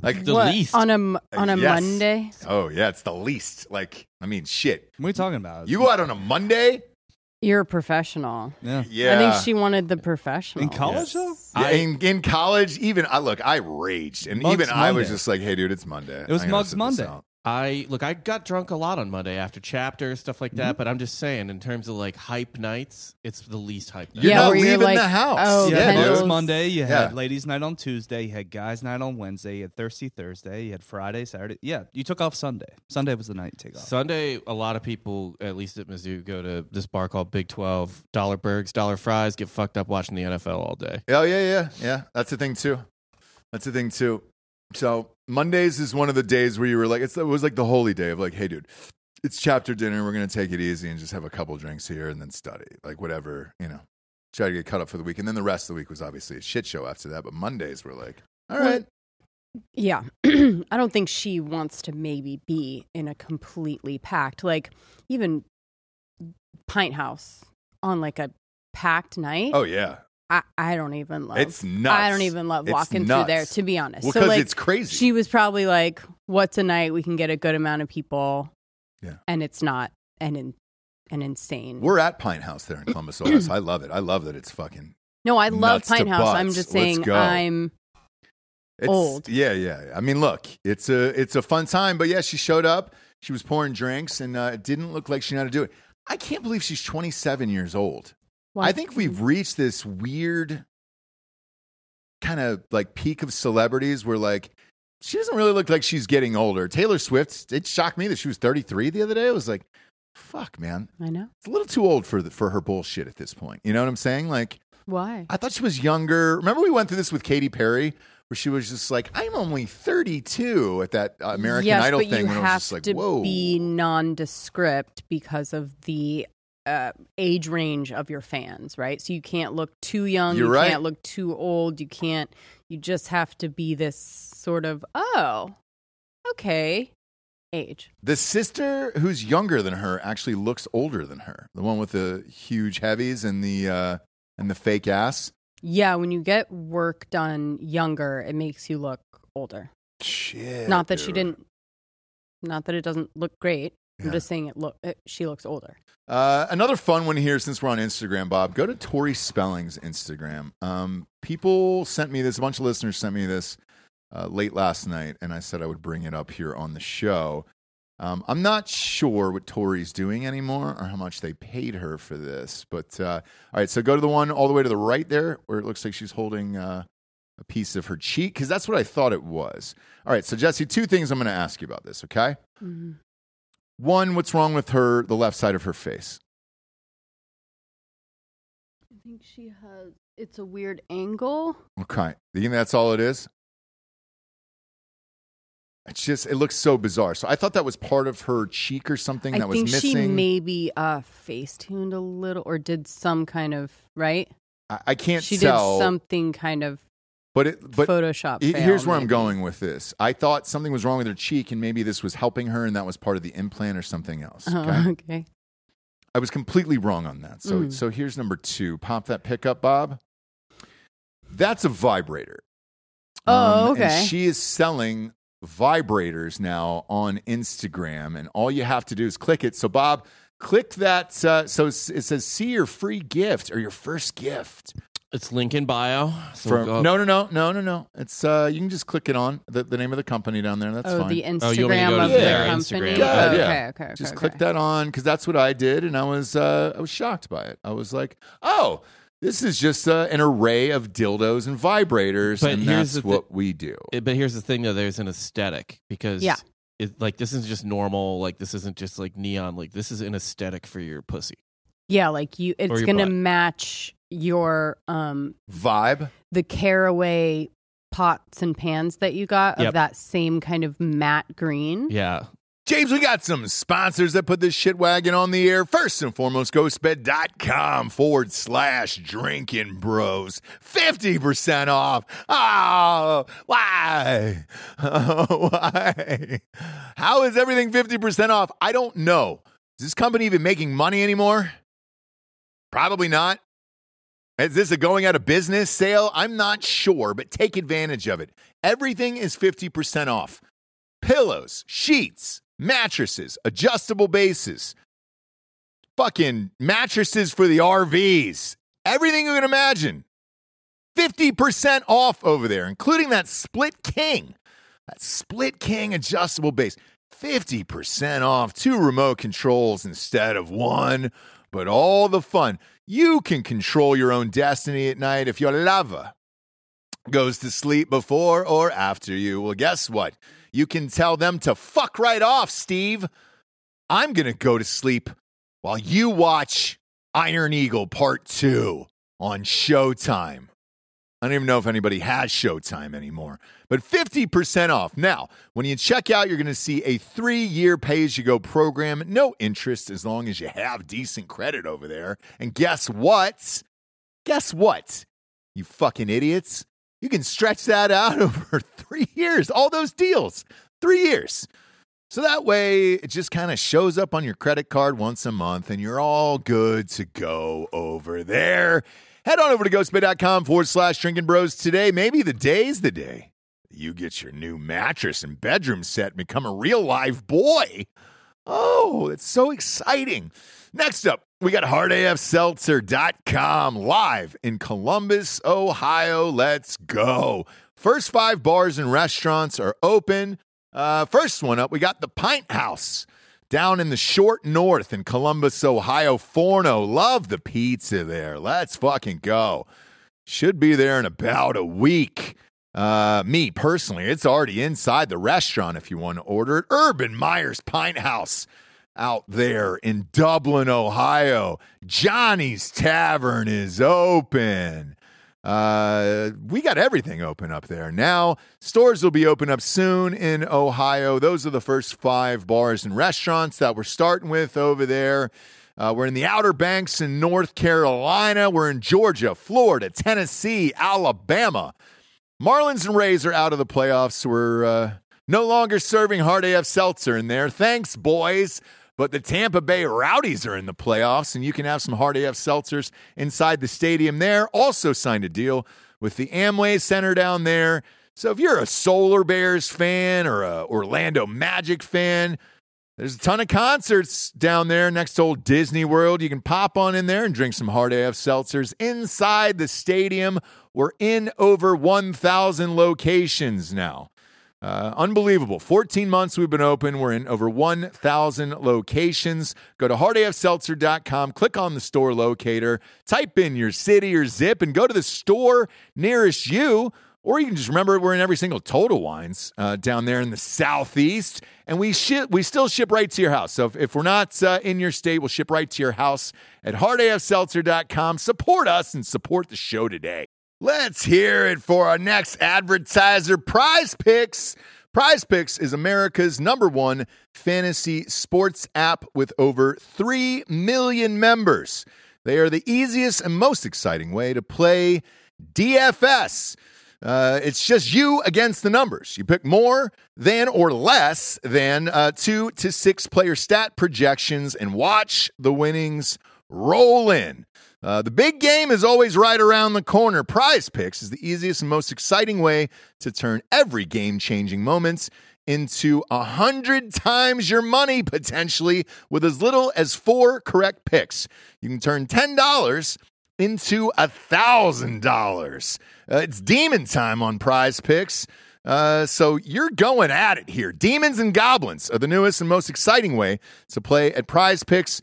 S2: Like
S4: The
S3: What,
S4: least.
S3: on a m- on a
S2: Yes.
S3: Monday.
S2: oh yeah, it's the least. Like, I mean shit.
S5: What are we talking about?
S2: You go out on a Monday?
S3: You're a professional.
S5: yeah.
S2: Yeah.
S3: I think she wanted the professional.
S2: Oh,
S5: in college though.
S2: Yeah, in, in college, even I look, I raged, and
S5: Mugs
S2: even I was
S5: Monday.
S2: just like, "Hey, dude, it's Monday."
S5: It was
S2: I gotta
S5: Mugs
S2: sit this
S5: Monday.
S2: out.
S4: I look, I got drunk a lot on Monday after chapter stuff like
S2: Mm-hmm.
S4: that. But I'm just saying, in terms of like hype nights, it's the least hype. night.
S2: You're
S3: Yeah,
S2: not
S3: where you're
S2: leaving
S3: like,
S2: the house.
S3: oh,
S2: yeah,
S5: yeah,
S3: Kendall's-
S5: was
S2: dude.
S5: Monday. You had
S2: Yeah.
S5: ladies' night on Tuesday. You had guys' night on Wednesday. You had thirsty Thursday. You had Friday, Saturday. Yeah, you took off Sunday. Sunday was the night you take off.
S4: Sunday, a lot of people, at least at Mizzou, go to this bar called Big Twelve, Dollar Bergs, Dollar Fries, get fucked up watching the NFL all day.
S2: Oh yeah, yeah, yeah. That's the thing too. That's the thing too. So Mondays is one of the days where you were like, it's, it was like the holy day of like, hey, dude, it's chapter dinner. We're gonna take it easy and just have a couple drinks here and then study, like whatever, you know. Try to get cut up for the week, and then the rest of the week was obviously a shit show after that. But Mondays were like, all right,
S3: Yeah. I don't think she wants to maybe be in a completely packed, like even Pint House on like a packed night.
S2: oh yeah,
S3: I, I don't even love
S2: it's nuts.
S3: I don't even love
S2: It's
S3: walking
S2: nuts.
S3: through there, to be honest.
S2: Well,
S3: so
S2: because
S3: like
S2: it's crazy.
S3: she was probably like, What's a night we can get a good amount of people?
S2: Yeah.
S3: And it's not an in, an insane
S2: We're at Pine House there in Columbus, Ohio. so I love it. I love that it's fucking.
S3: No, I love
S2: Nuts to
S3: Pine House. I'm
S2: butts.
S3: just
S2: Let's
S3: saying
S2: go.
S3: I'm
S2: It's,
S3: Old.
S2: Yeah, yeah. I mean, look, it's a it's a fun time. But yeah, she showed up. She was pouring drinks, and uh, it didn't look like she knew how to do it. I can't believe she's 27 years old. I think we've reached this weird kind of like peak of celebrities where like she doesn't really look like she's getting older. Taylor Swift, it shocked me that she was 33 the other day. I was like, fuck, man,
S3: I know.
S2: it's a little too old for the, for her bullshit at this point. You know what I'm saying? Like,
S3: Why?
S2: I thought she was younger. Remember we went through this with Katy Perry, where she was just like, "I'm only 32" at that uh, American
S3: yes,
S2: Idol
S3: but
S2: thing.
S3: You
S2: when
S3: have
S2: I was just like,
S3: to
S2: "Whoa."
S3: be nondescript because of the uh, age range of your fans, right? So you can't look too young.
S2: You're
S3: you
S2: right.
S3: can't look too old. You can't. You just have to be this sort of oh, okay, age.
S2: the sister who's younger than her actually looks older than her. The one with the huge heavies and the uh, and the fake ass.
S3: Yeah, when you get work done younger, it makes you look older.
S2: Shit.
S3: not that she
S2: dude.
S3: didn't. Not that it doesn't look great.
S2: Yeah.
S3: I'm just saying it look. It, she looks older.
S2: Uh, another fun one here since we're on Instagram, Bob. Go to Tori Spelling's Instagram. Um, people sent me this, a bunch of listeners sent me this uh, late last night, and I said I would bring it up here on the show. Um, I'm not sure what Tori's doing anymore or how much they paid her for this, but uh, all right, so go to the one all the way to the right there where it looks like she's holding uh, a piece of her cheek because that's what I thought it was. All right, so Jesse, two things I'm going to ask you about this, okay?
S3: Mhm.
S2: One, what's wrong with her, the left side of her face?
S3: I think she has. It's a weird angle.
S2: Okay. You think that's all it is? It's just it looks so bizarre. So I thought that was part of her cheek or something
S3: I
S2: that
S3: think
S2: was missing.
S3: she maybe uh, face tuned a little or did some kind of right.
S2: I, I can't
S3: She
S2: tell.
S3: did something kind of
S2: But it, but
S3: Photoshop.
S2: he-
S3: fail,
S2: here's where I'm
S3: maybe.
S2: going with this. I thought something was wrong with her cheek, and maybe this was helping her, and that was part of the implant or something else.
S3: Oh,
S2: okay?
S3: okay.
S2: I was completely wrong on that. So,
S3: Mm.
S2: so here's number two. Pop that pickup, Bob. That's a vibrator. Um,
S3: Oh,
S2: and
S3: okay.
S2: she is selling vibrators now on Instagram, and all you have to do is click it. So, Bob, click that. Uh, so s- it says, "See your free gift or your first gift."
S4: It's link in bio. So
S2: From
S4: go up-
S2: no, no, no, no, no, no. It's uh, you can just click it on the, the name of the company down there. That's
S3: oh,
S2: fine.
S3: the
S4: Oh, you want me to
S3: Instagram
S4: go to
S3: of
S2: their
S3: the company.
S4: Instagram?
S2: Yeah,
S3: okay,
S2: yeah.
S3: okay, okay.
S2: just
S3: okay.
S2: click that on because that's what I did, and I was uh, I was shocked by it. I was like, oh, this is just uh, an array of dildos and vibrators,
S4: But
S2: and
S4: here's
S2: that's
S4: the thi-
S2: what we do.
S4: It- but here's the thing though, there's an aesthetic because
S3: Yeah.
S4: it, like this isn't just normal. Like this isn't just like neon. Like this is an aesthetic for your pussy.
S3: Yeah, like you, it's
S4: your
S3: going to
S4: butt.
S3: match your um
S2: Vibe.
S3: the caraway pots and pans that you got of
S4: Yep.
S3: that same kind of matte green.
S4: Yeah,
S2: James, we got some sponsors that put this shit wagon on the air. First and foremost, ghostbed.com forward slash drinking bros. 50% off. Oh, why? Oh, why? How is everything 50% off? I don't know. Is this company even making money anymore? Probably not. Is this a going out of business sale? I'm not sure, but take advantage of it. Everything is 50% off pillows, sheets, mattresses, adjustable bases, fucking mattresses for the RVs, everything you can imagine. 50% off over there, including that Split King, that Split King adjustable base. 50% off, two remote controls instead of one, but all the fun. You can control your own destiny at night if your lover goes to sleep before or after you. Well, guess what? You can tell them to fuck right off, Steve. I'm going to go to sleep while you watch Iron Eagle Part 2 on Showtime. I don't even know if anybody has Showtime anymore, but 50% off. Now, when you check out, you're going to see a three year pay as you go program. No interest as long as you have decent credit over there. And guess what? Guess what? You fucking idiots. You can stretch that out over three years, all those deals, three years. So that way, it just kind of shows up on your credit card once a month and you're all good to go over there. Head on over to ghostbed.com forward slash drinking bros today. Maybe the day's the day you get your new mattress and bedroom set and become a real live boy. Oh, it's so exciting. Next up, we got hardafseltzer.com live in Columbus, Ohio. Let's go. First five bars and restaurants are open. Uh, first one up, we got the Pint House down in the short north in Columbus, Ohio. Forno, love the pizza there. Let's fucking go. Should be there in about a week. Uh, me personally, it's already inside the restaurant if you want to order it. Urban Myers Pine House out there in Dublin, Ohio. Johnny's Tavern is open. Uh, we got everything open up there now. Stores will be open up soon in Ohio. Those are the first five bars and restaurants that we're starting with over there. Uh, we're in the Outer Banks in North Carolina. We're in Georgia, Florida, Tennessee, Alabama. Marlins and Rays are out of the playoffs. We're uh, no longer serving hard AF seltzer in there. Thanks, boys. But the Tampa Bay Rowdies are in the playoffs, and you can have some hard AF seltzers inside the stadium there. Also signed a deal with the Amway Center down there. So if you're a Solar Bears fan or a Orlando Magic fan, there's a ton of concerts down there next to old Disney World. You can pop on in there and drink some hard AF seltzers inside the stadium. We're in over 1,000 locations now. Uh, unbelievable. 14 months we've been open. We're in over 1,000 locations. Go to hardafseltzer.com, click on the store locator, type in your city or zip, and go to the store nearest you. Or you can just remember we're in every single Total Wines uh, down there in the southeast, and we ship we still ship right to your house. So if, if we're not uh, in your state, we'll ship right to your house at hardafseltzer.com. Support us and support the show today. Let's hear it for our next advertiser, Prize Picks. Prize Picks is America's number one fantasy sports app with over 3 million members. They are the easiest and most exciting way to play DFS. Uh, it's just you against the numbers. You pick more than or less than uh, two to six player stat projections and watch the winnings roll in. Uh, the big game is always right around the corner. Prize picks is the easiest and most exciting way to turn every game changing moments into a hundred times your money potentially with as little as four correct picks. You can turn ten dollars into a thousand dollars. Uh, It's demon time on Prize Picks. Uh, so you're going at it here. Demons and goblins are the newest and most exciting way to play at Prize Picks.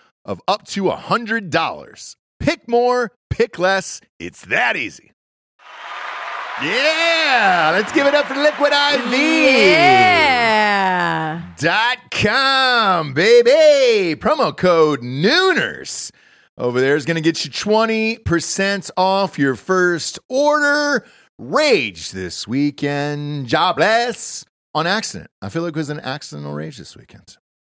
S2: of up to $100. Pick more, pick less. It's that easy. Yeah, let's give it up for Liquid IV.
S3: Yeah.
S2: Dot com, baby. Promo code Nooners over there is going to get you 20% off your first order. Rage this weekend. Jobless on accident. I feel like it was an accidental rage this weekend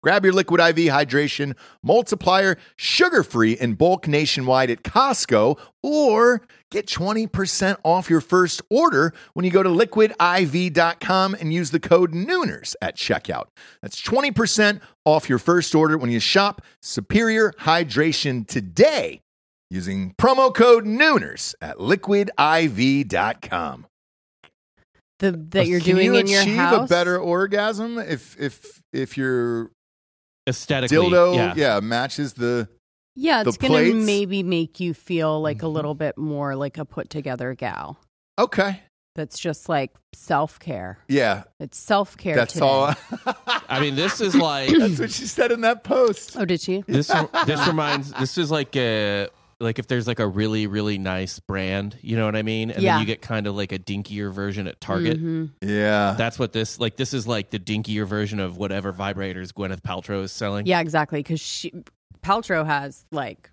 S2: Grab your Liquid IV hydration multiplier, sugar free in bulk nationwide at Costco, or get 20% off your first order when you go to liquidiv.com and use the code Nooners at checkout. That's 20% off your first order when you shop Superior Hydration today using promo code Nooners at liquidiv.com.
S3: The, that you're
S2: Can
S3: doing
S2: you
S3: in your
S2: achieve
S3: house.
S2: a better orgasm if if if your
S4: Aesthetically,
S2: dildo
S4: yeah.
S2: yeah matches the
S3: yeah,
S2: the
S3: it's going to
S2: plates.
S3: maybe make you feel like a
S2: Mhm.
S3: little bit more like a put together gal.
S2: Okay.
S3: That's just like self care.
S2: Yeah.
S3: It's self care.
S2: That's all.
S4: I mean, this is like
S2: That's what she said in that post.
S3: Oh, did she?
S4: this. This reminds. This is like a like if there's like a really really nice brand, you know what I mean? And
S3: Yeah.
S4: then you get kind of like a dinkier version at Target.
S3: Mhm.
S2: Yeah.
S4: That's what this like. This is like the dinkier version of whatever vibrators Gwyneth Paltrow is selling.
S3: Yeah, exactly. Because she Paltrow has like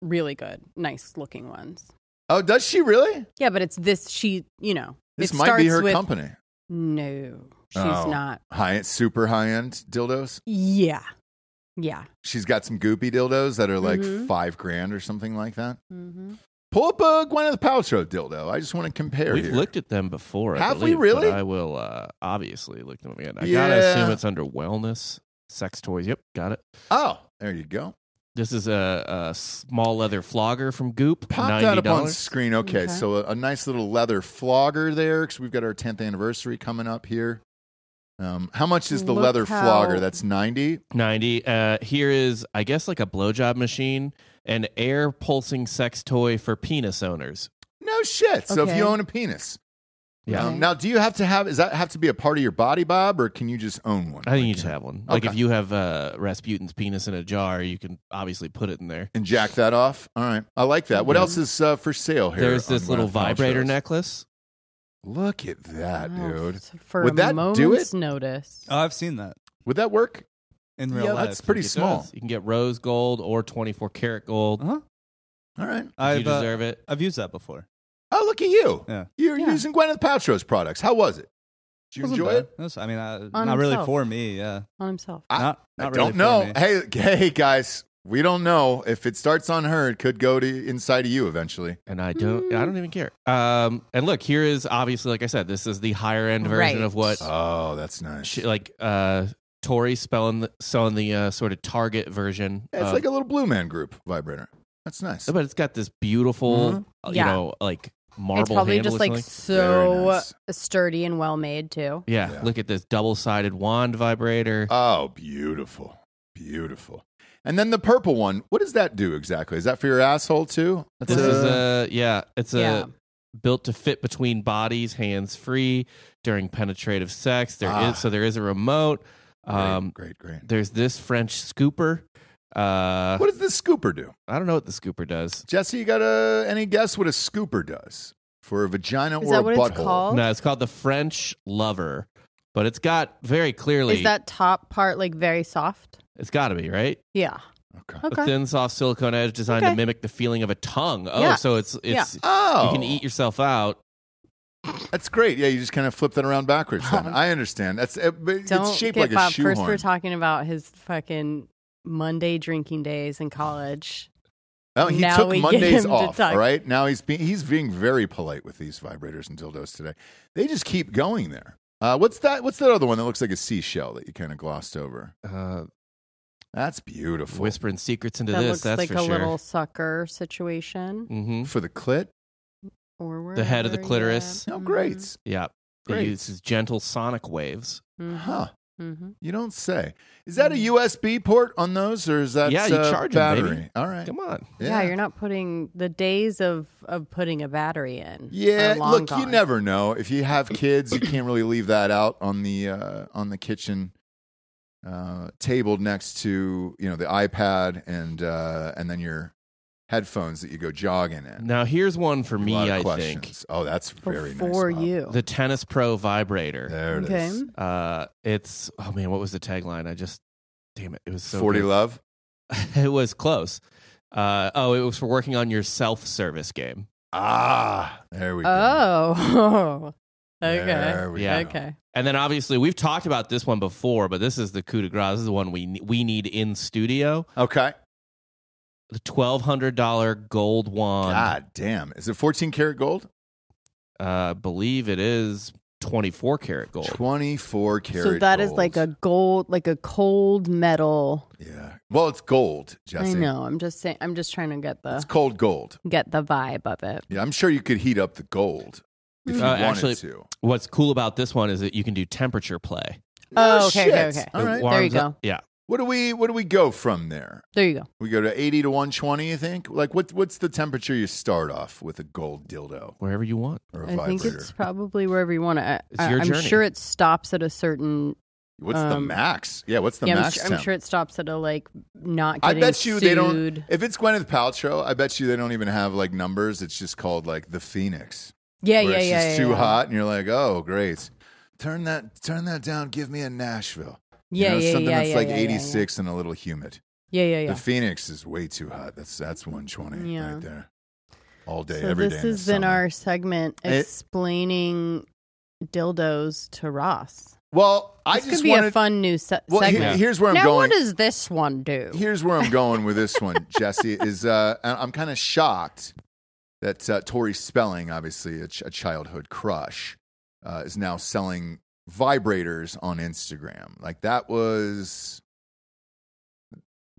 S3: really good, nice looking ones.
S2: Oh, does she really?
S3: Yeah, but it's this. She, you know,
S2: This
S3: it
S2: might be
S3: starts
S2: her
S3: with-
S2: company.
S3: No, she's
S2: Oh.
S3: not.
S2: High end, super high end dildos.
S3: Yeah, yeah.
S2: She's got some goopy dildos that are like
S3: Mhm.
S2: five grand or something like that.
S3: Mm-hmm.
S2: Pull up a Gwyneth Paltrow dildo. I just want to compare
S4: We've
S2: here.
S4: looked at them before. I
S2: Have we
S4: believe,
S2: really?
S4: But I will uh, obviously look them again. I gotta
S2: Yeah.
S4: assume it's under wellness, sex toys. Yep, got it.
S2: oh, there you go.
S4: This is a, a small leather flogger from Goop.
S2: Pop
S4: $90.
S2: that up on screen. Okay,
S3: Okay.
S2: so a, a nice little leather flogger there because we've got our 10th anniversary coming up here. Um, how much is the
S3: Look
S2: leather
S3: how-
S2: flogger? That's 90.
S4: 90. Uh, here is, I guess, like a blowjob machine, an air pulsing sex toy for penis owners.
S2: No shit. So if
S3: Okay.
S2: you own a penis.
S4: Yeah.
S2: Um, now, do you have to have, does that have to be a part of your body, Bob, or can you just own one?
S4: I think you just have one. Like
S2: Okay.
S4: if you have uh, Rasputin's penis in a jar, you can obviously put it in there.
S2: And jack that off? All right. I like that. What
S4: Yeah.
S2: else is uh, for sale here?
S4: There's
S2: on
S4: this little
S2: Gwyneth
S4: vibrator
S2: Paltrow's?
S4: necklace.
S2: Look at that, dude.
S3: For
S2: Would
S3: a
S2: that do
S3: moment's
S2: it?
S3: notice.
S4: Uh,
S5: Oh, I've seen that
S2: Would that work?
S5: in real
S2: yeah,
S5: life.
S2: that's pretty
S4: It
S2: small. Oh,
S4: does. You can get rose gold or 24 karat gold.
S5: Uh-huh.
S2: All right.
S5: I've
S4: you
S5: uh,
S4: deserve it.
S5: I've used that before.
S2: Oh, look at you.
S5: Yeah.
S2: You're
S3: Yeah.
S2: using Gwyneth Paltrow's products. How was it? Did you
S5: Wasn't
S2: enjoy
S5: bad.
S2: it?
S5: was- I mean, uh, not
S3: On
S5: really
S3: himself.
S5: for me. Yeah,
S3: on himself.
S2: I-
S5: not,
S2: I
S5: not
S2: don't
S5: really for
S2: know.
S5: me.
S2: Hey, hey, guys, we don't know if it starts on her. It could go to inside of you eventually.
S4: and I don't I don't even care. Um and look, here is obviously like I said, this is the higher end version
S3: Right.
S4: of what
S2: Oh, that's nice.
S4: she, like uh Tori spelling the, selling the uh, sort of target version.
S2: it's
S4: of-
S2: like a little Blue Man Group vibrator. That's nice.
S4: uh, but it's got this beautiful
S2: Mhm.
S4: uh,
S3: Mm-hmm. Yeah.
S4: you know like marble
S3: It's probably
S4: handle
S3: just
S4: or
S3: like
S4: something.
S2: Very
S3: so
S4: uh,
S2: nice.
S3: sturdy and well made too.
S4: yeah,
S2: Yeah.
S4: look at this double-sided wand vibrator.
S2: Oh, beautiful, beautiful. And then the purple one. What does that do exactly? Is that for your asshole too? That's
S4: this
S2: a-
S4: is a yeah, it's a
S3: Yeah.
S4: built to fit between bodies, hands free during penetrative sex. There is
S2: Ah.
S4: so there is a remote. Um,
S2: great, great, great.
S4: there's this French scooper. Uh,
S2: What does this scooper do?
S4: I don't know what the scooper does.
S2: Jesse, you got a, any guess what a scooper does for a vagina
S3: Is
S2: or a
S3: that what
S2: butthole?
S3: it's called?
S4: No, it's called the French Lover, but it's got very clearly.
S3: Is that top part like very soft?
S4: it's got to be right.
S3: Yeah.
S2: Okay.
S4: A
S3: Okay.
S4: thin, soft silicone edge designed to
S3: Okay.
S4: mimic the feeling of a tongue. Oh,
S3: Yeah.
S4: so it's it's
S2: Oh,
S4: you can eat yourself out.
S2: That's great. Yeah, you just kind of flip that around backwards. Then I understand. That's it, but
S3: Don't
S2: it's shaped
S3: get
S2: like
S3: Bob.
S2: a
S3: First,
S2: shoehorn.
S3: we're talking about his fucking Monday drinking days in college.
S2: oh, he
S3: Now
S2: took
S3: we get
S2: Mondays
S3: him to
S2: off.
S3: talk.
S2: All right, now he's being he's being very polite with these vibrators and dildos today. They just keep going there. Uh, what's that? What's that other one that looks like a seashell that you kind of glossed over?
S4: Uh,
S2: That's beautiful.
S4: whispering secrets into
S3: that
S4: this.
S3: looks
S4: that's
S3: like
S4: for
S3: a
S4: sure.
S3: little sucker situation.
S4: hmm
S2: for the clit.
S3: Or
S4: The head of the
S3: wherever you're
S4: clitoris.
S3: at.
S2: Oh, great,
S4: Yeah.
S2: Great.
S4: It uses gentle sonic waves.
S3: Mhm.
S2: huh?
S3: Mhm.
S2: You don't say. Is that a USB port on those, or is that
S4: Yeah, you
S2: uh,
S4: charge 'em,
S2: battery?
S4: baby.
S2: All right.
S4: Come on.
S3: Yeah. you're not putting the days of of putting a battery in.
S2: Yeah,
S3: are long
S2: look, you
S3: gone.
S2: never know. If you have kids, you can't really leave that out on the uh, on the kitchen uh, table next to you know the iPad and uh, and then your headphones that you go jogging in.
S4: Now here's one for
S2: A
S4: me,
S2: lot of
S4: I think.
S2: questions. Oh, that's very nice.
S3: for
S2: Bob.
S3: you.
S4: The Tennis Pro vibrator.
S2: There it is.
S3: okay.
S4: Uh it's oh man, what was the tagline? I just damn it. It was so
S2: Forty
S4: good.
S2: love.
S4: it was close. Uh oh, it was for working on your self service game.
S2: Ah, there we go.
S3: Oh. okay.
S2: There we
S4: Yeah.
S2: go.
S3: Okay.
S4: And then obviously we've talked about this one before, but this is the coup de grace. This is the one we ne- we need in studio.
S3: Oh.
S2: Okay.
S4: The twelve hundred dollar gold wand.
S2: God damn. Is it fourteen karat gold?
S4: Uh, I believe it is twenty four karat gold.
S2: Twenty four karat.
S3: So that is
S2: gold.
S3: like a gold, like a cold metal.
S2: yeah. Well, it's gold, Jesse.
S3: I know. I'm just saying. I'm just trying to get the
S2: It's cold gold.
S3: get the vibe of it.
S2: Yeah, I'm sure you could heat up the gold if you
S4: Uh,
S2: wanted
S4: actually-
S2: to.
S4: What's cool about this one is that you can do temperature play.
S2: No
S3: oh, okay, okay,
S2: shit.
S3: okay.
S2: All
S4: It
S2: right.
S3: There you
S4: warms up-
S3: go.
S4: Yeah.
S2: What do we what do we go from there?
S3: There you go.
S2: We go to 80 to 120, you think? Like what what's the temperature you start off with a gold dildo
S4: Wherever you want.
S2: or a
S3: I think
S2: vibrator?
S3: it's probably wherever you want to.
S4: It's your
S3: I'm
S4: journey.
S3: sure it stops at a certain.
S2: What's the
S3: um,
S2: max? Yeah, what's the
S3: yeah, I'm,
S2: max
S3: sure, I'm
S2: temp?
S3: sure it stops at a like not.
S2: I
S3: Getting
S2: bet you they don't
S3: sued.
S2: If it's Gwyneth Paltrow, I bet you they don't even have like numbers. It's just called like the Phoenix.
S3: Yeah,
S2: where
S3: yeah,
S2: it's
S3: yeah.
S2: just
S3: yeah,
S2: too
S3: yeah.
S2: hot and you're like, "Oh, great. Turn that turn that down. Give me a Nashville." You
S3: Yeah,
S2: know,
S3: yeah,
S2: something
S3: yeah,
S2: that's
S3: yeah,
S2: like
S3: yeah, yeah, yeah.
S2: 86 and a little humid.
S3: Yeah, yeah,
S2: The
S3: yeah.
S2: Phoenix is way too hot. That's that's 120
S3: Yeah.
S2: right there. All day,
S3: So
S2: every day. in
S3: this
S2: the
S3: has been
S2: summer.
S3: our segment
S2: It-
S3: explaining dildos to Ross.
S2: Well, I
S3: This
S2: just
S3: could be
S2: wanted.
S3: a fun new se-
S2: well, he-
S3: segment.
S2: here's where I'm
S3: now,
S2: going.
S3: what does this one do?
S2: here's where I'm going with this one, Jesse. Is uh, and I'm kind of shocked that uh, Tori Spelling, obviously a, ch- a childhood crush, uh, is now selling vibrators on Instagram. Like that was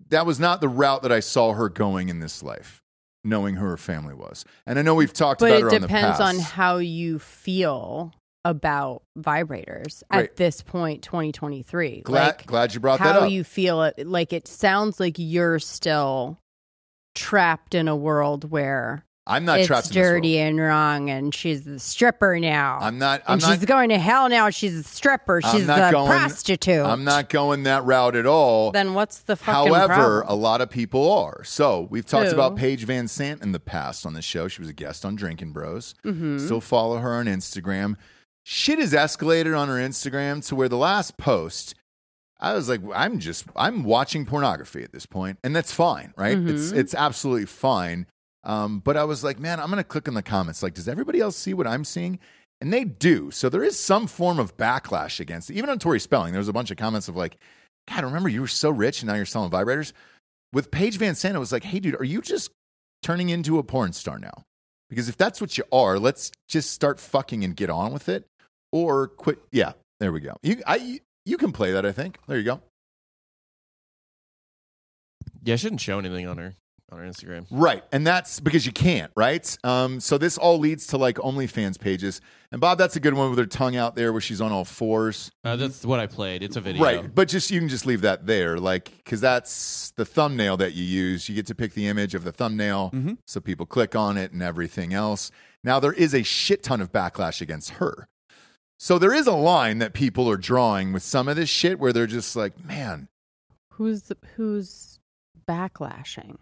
S2: that was not the route that I saw her going in this life. Knowing who her family was, and I know we've talked
S3: but
S2: about
S3: it
S2: her
S3: depends
S2: on
S3: on
S2: the past.
S3: how you feel about vibrators
S2: Right.
S3: at this point, 2023.
S2: glad,
S3: like,
S2: glad you brought
S3: how
S2: that up.
S3: you feel it. Like, it sounds like you're still trapped in a world where
S2: I'm not trapped
S3: it's
S2: in this world.
S3: dirty and wrong, and she's the stripper now.
S2: I'm not. I'm
S3: and
S2: not.
S3: she's going to hell now. She's a stripper.
S2: I'm
S3: She's
S2: not
S3: a
S2: going-
S3: prostitute.
S2: I'm not going that route at all.
S3: Then what's the fucking
S2: However,
S3: problem?
S2: a lot of people are. So we've talked
S3: Who?
S2: about Paige Van Sant in the past on the show. She was a guest on Drinking Bros.
S3: Mhm.
S2: Still follow her on Instagram. Shit has escalated on her Instagram to where the last post, I was like, I'm just I'm watching pornography at this point, and that's fine, right? It's
S3: Mhm.
S2: it's absolutely fine. Um, but I was like, man, I'm gonna click in the comments. Like, does everybody else see what I'm seeing? And they do. So there is some form of backlash against it. Even on Tori Spelling, there was a bunch of comments of like, God, remember you were so rich and now you're selling vibrators. With Paige Van Sant, it was like, hey, dude, are you just turning into a porn star now? Because if that's what you are, let's just start fucking and get on with it, or quit. Yeah, there we go. You, I, you can play that. I think. There you go.
S4: Yeah, I shouldn't show anything on her on her Instagram.
S2: Right, and that's because you can't. Right. Um. So this all leads to like OnlyFans pages, and Bob, that's a good one with her tongue out there, where she's on all fours.
S3: Mm-hmm.
S4: Uh, that's what I played. It's a video.
S2: Right, but just you can just leave that there, like because that's the thumbnail that you use. You get to pick the image of the thumbnail,
S5: Mhm.
S2: so people click on it and everything else. Now there is a shit ton of backlash against her, so there is a line that people are drawing with some of this shit where they're just like, man,
S3: who's the, who's backlashing?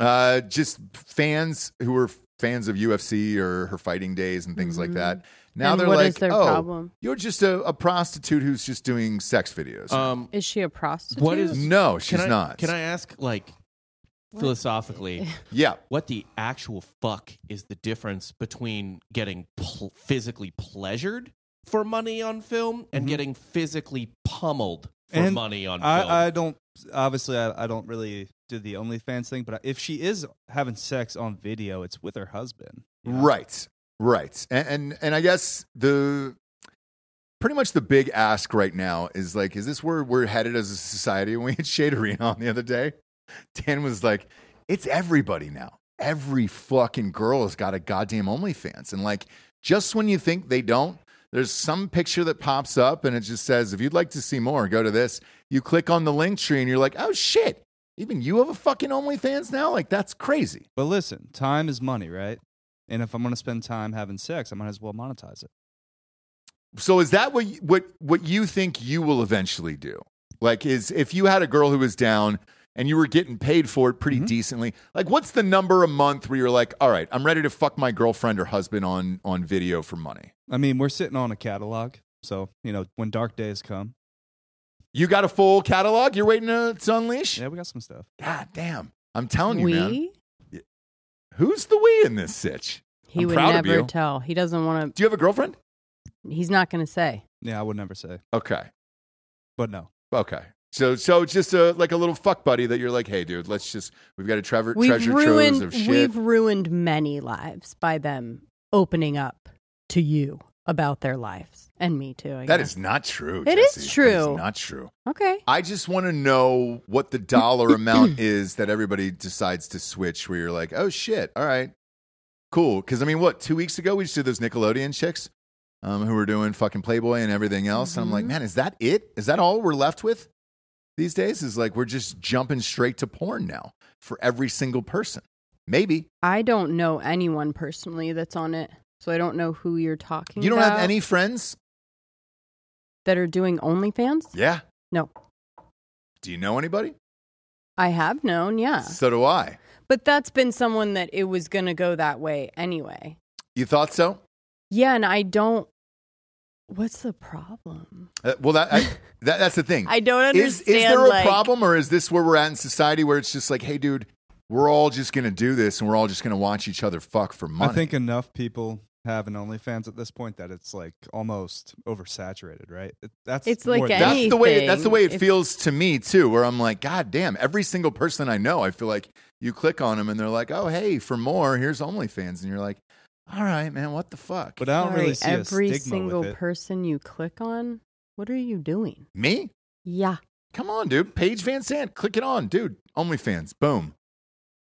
S2: uh, just fans who are fans of UFC or her fighting days and things like
S3: Mhm.
S2: that. Now
S3: And
S2: they're
S3: what
S2: like,
S3: is their
S2: oh,
S3: problem?
S2: you're just a, a prostitute who's just doing sex videos.
S4: Um,
S3: Is she a prostitute?
S4: What is-
S2: no,
S4: can
S2: she's
S4: I,
S2: not.
S4: Can I ask, like, philosophically,
S2: Yeah.
S4: what the actual fuck is the difference between getting pl- physically pleasured for money on film and
S2: Mm-hmm.
S5: Mhm.
S4: getting physically pummeled for
S5: And
S4: money on film?
S5: I, I don't obviously I, I don't really do the OnlyFans thing, but if she is having sex on video, it's with her husband. you know?
S2: Right. Right. And, and and I guess the pretty much the big ask right now is like, is this where we're headed as a society? When we had Shade Arena on the other day, Dan was like, it's everybody now. Every fucking girl has got a goddamn OnlyFans. And like just when you think they don't, there's some picture that pops up and it just says, if you'd like to see more, go to this. You click on the link tree and you're like, oh shit, even you have a fucking OnlyFans now? Like that's crazy.
S5: But listen, time is money, right? And if I'm going to spend time having sex, I might as well monetize it.
S2: So is that what you- what what you think you will eventually do? Like, is if you had a girl who was down and you were getting paid for it pretty
S3: Mm-hmm.
S5: Mhm.
S2: decently, like, what's the number a month where you're like, all right, I'm ready to fuck my girlfriend or husband on on video for money?
S5: I mean, we're sitting on a catalog, so you know when dark days come,
S2: You got a full catalog? You're waiting to, to unleash?
S5: yeah, we got some stuff.
S2: God damn! I'm telling you,
S3: we?
S2: man. Who's the we in this sitch?
S3: He
S2: I'm
S3: would
S2: proud of
S3: never
S2: you.
S3: tell. He doesn't want
S2: Do you have a girlfriend?
S3: to. He's not going to say.
S5: Yeah, I would never say,
S2: Okay,
S5: but no,
S2: okay. So so it's just a like a little fuck buddy that you're like, hey, dude, let's just we've got a trever,
S3: We've
S2: treasure
S3: ruined.
S2: trove of shit.
S3: We've ruined many lives by them opening up to you about their lives and me too. I
S2: That
S3: guess.
S2: is not true.
S3: It is
S2: Jesse. That
S3: true.
S2: is not true.
S3: okay.
S2: I just want to know what the dollar amount is that everybody decides to switch. Where you're like, oh shit, all right, cool. Because I mean, what? Two weeks ago we just did those Nickelodeon chicks um, who were doing fucking Playboy and everything else. And I'm like,
S3: Mhm.
S2: man, is that it? Is that all we're left with these days? Is like we're just jumping straight to porn now for every single person. Maybe
S3: I don't know anyone personally that's on it, so I don't know who you're talking.
S2: you don't have
S3: about
S2: any friends.
S3: that are doing OnlyFans.
S2: Yeah.
S3: No,
S2: Do you know anybody?
S3: I have known. Yeah,
S2: So do I.
S3: but that's been someone that it was going to go that way anyway.
S2: You thought so?
S3: Yeah, and I don't What's the problem?
S2: Uh, well, that, I, that that's the thing.
S3: I don't understand.
S2: is is there a
S3: like,
S2: problem, or is this where we're at in society where it's just like, hey, dude, we're all just gonna do this, and we're all just gonna watch each other fuck for money?
S5: I think enough people have an OnlyFans at this point that it's like almost oversaturated, right? It- That's
S3: It's like
S5: more-
S3: any-
S2: that's the way. That's the way it
S3: Anything.
S2: feels to me too. Where I'm like, God damn, every single person I know, I feel like you click on them and they're like, oh, hey, for more, here's OnlyFans, and you're like, all right, man, what the fuck?
S5: But I don't really see
S3: sorry, every
S5: a stigma
S3: single
S5: with it. person.
S3: person you click on. What are you doing?
S2: me?
S3: Yeah,
S2: Come on, dude. Paige Van Sant, click it on, dude. OnlyFans, boom.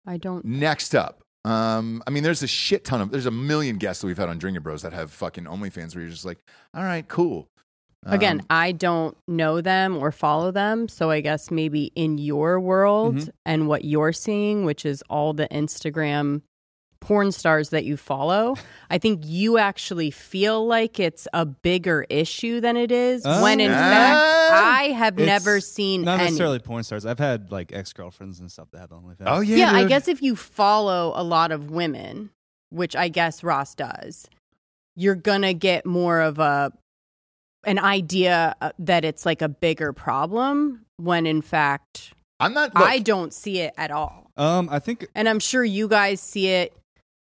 S3: I don't.
S2: Next up. Um, I mean, there's a shit ton of there's a million guests that we've had on Drinking Bros that have fucking OnlyFans where you're just like, all right, cool. Um,
S3: Again, I don't know them or follow them, so I guess maybe in your world
S5: Mhm.
S3: and what you're seeing, which is all the Instagram porn stars that you follow, I think you actually feel like it's a bigger issue than it is.
S5: Oh.
S3: when in
S5: Ah.
S3: fact, I have
S5: It's
S3: never seen
S5: not
S3: any.
S5: necessarily porn stars. I've had like ex girlfriends and stuff that have OnlyFans.
S2: oh yeah,
S3: yeah, I
S2: dude.
S3: guess if you follow a lot of women, which I guess Ross does, you're gonna get more of a an idea uh, that it's like a bigger problem when in fact
S2: I'm not. Look,
S3: I don't see it at all.
S5: Um, I think
S3: And I'm sure you guys see it,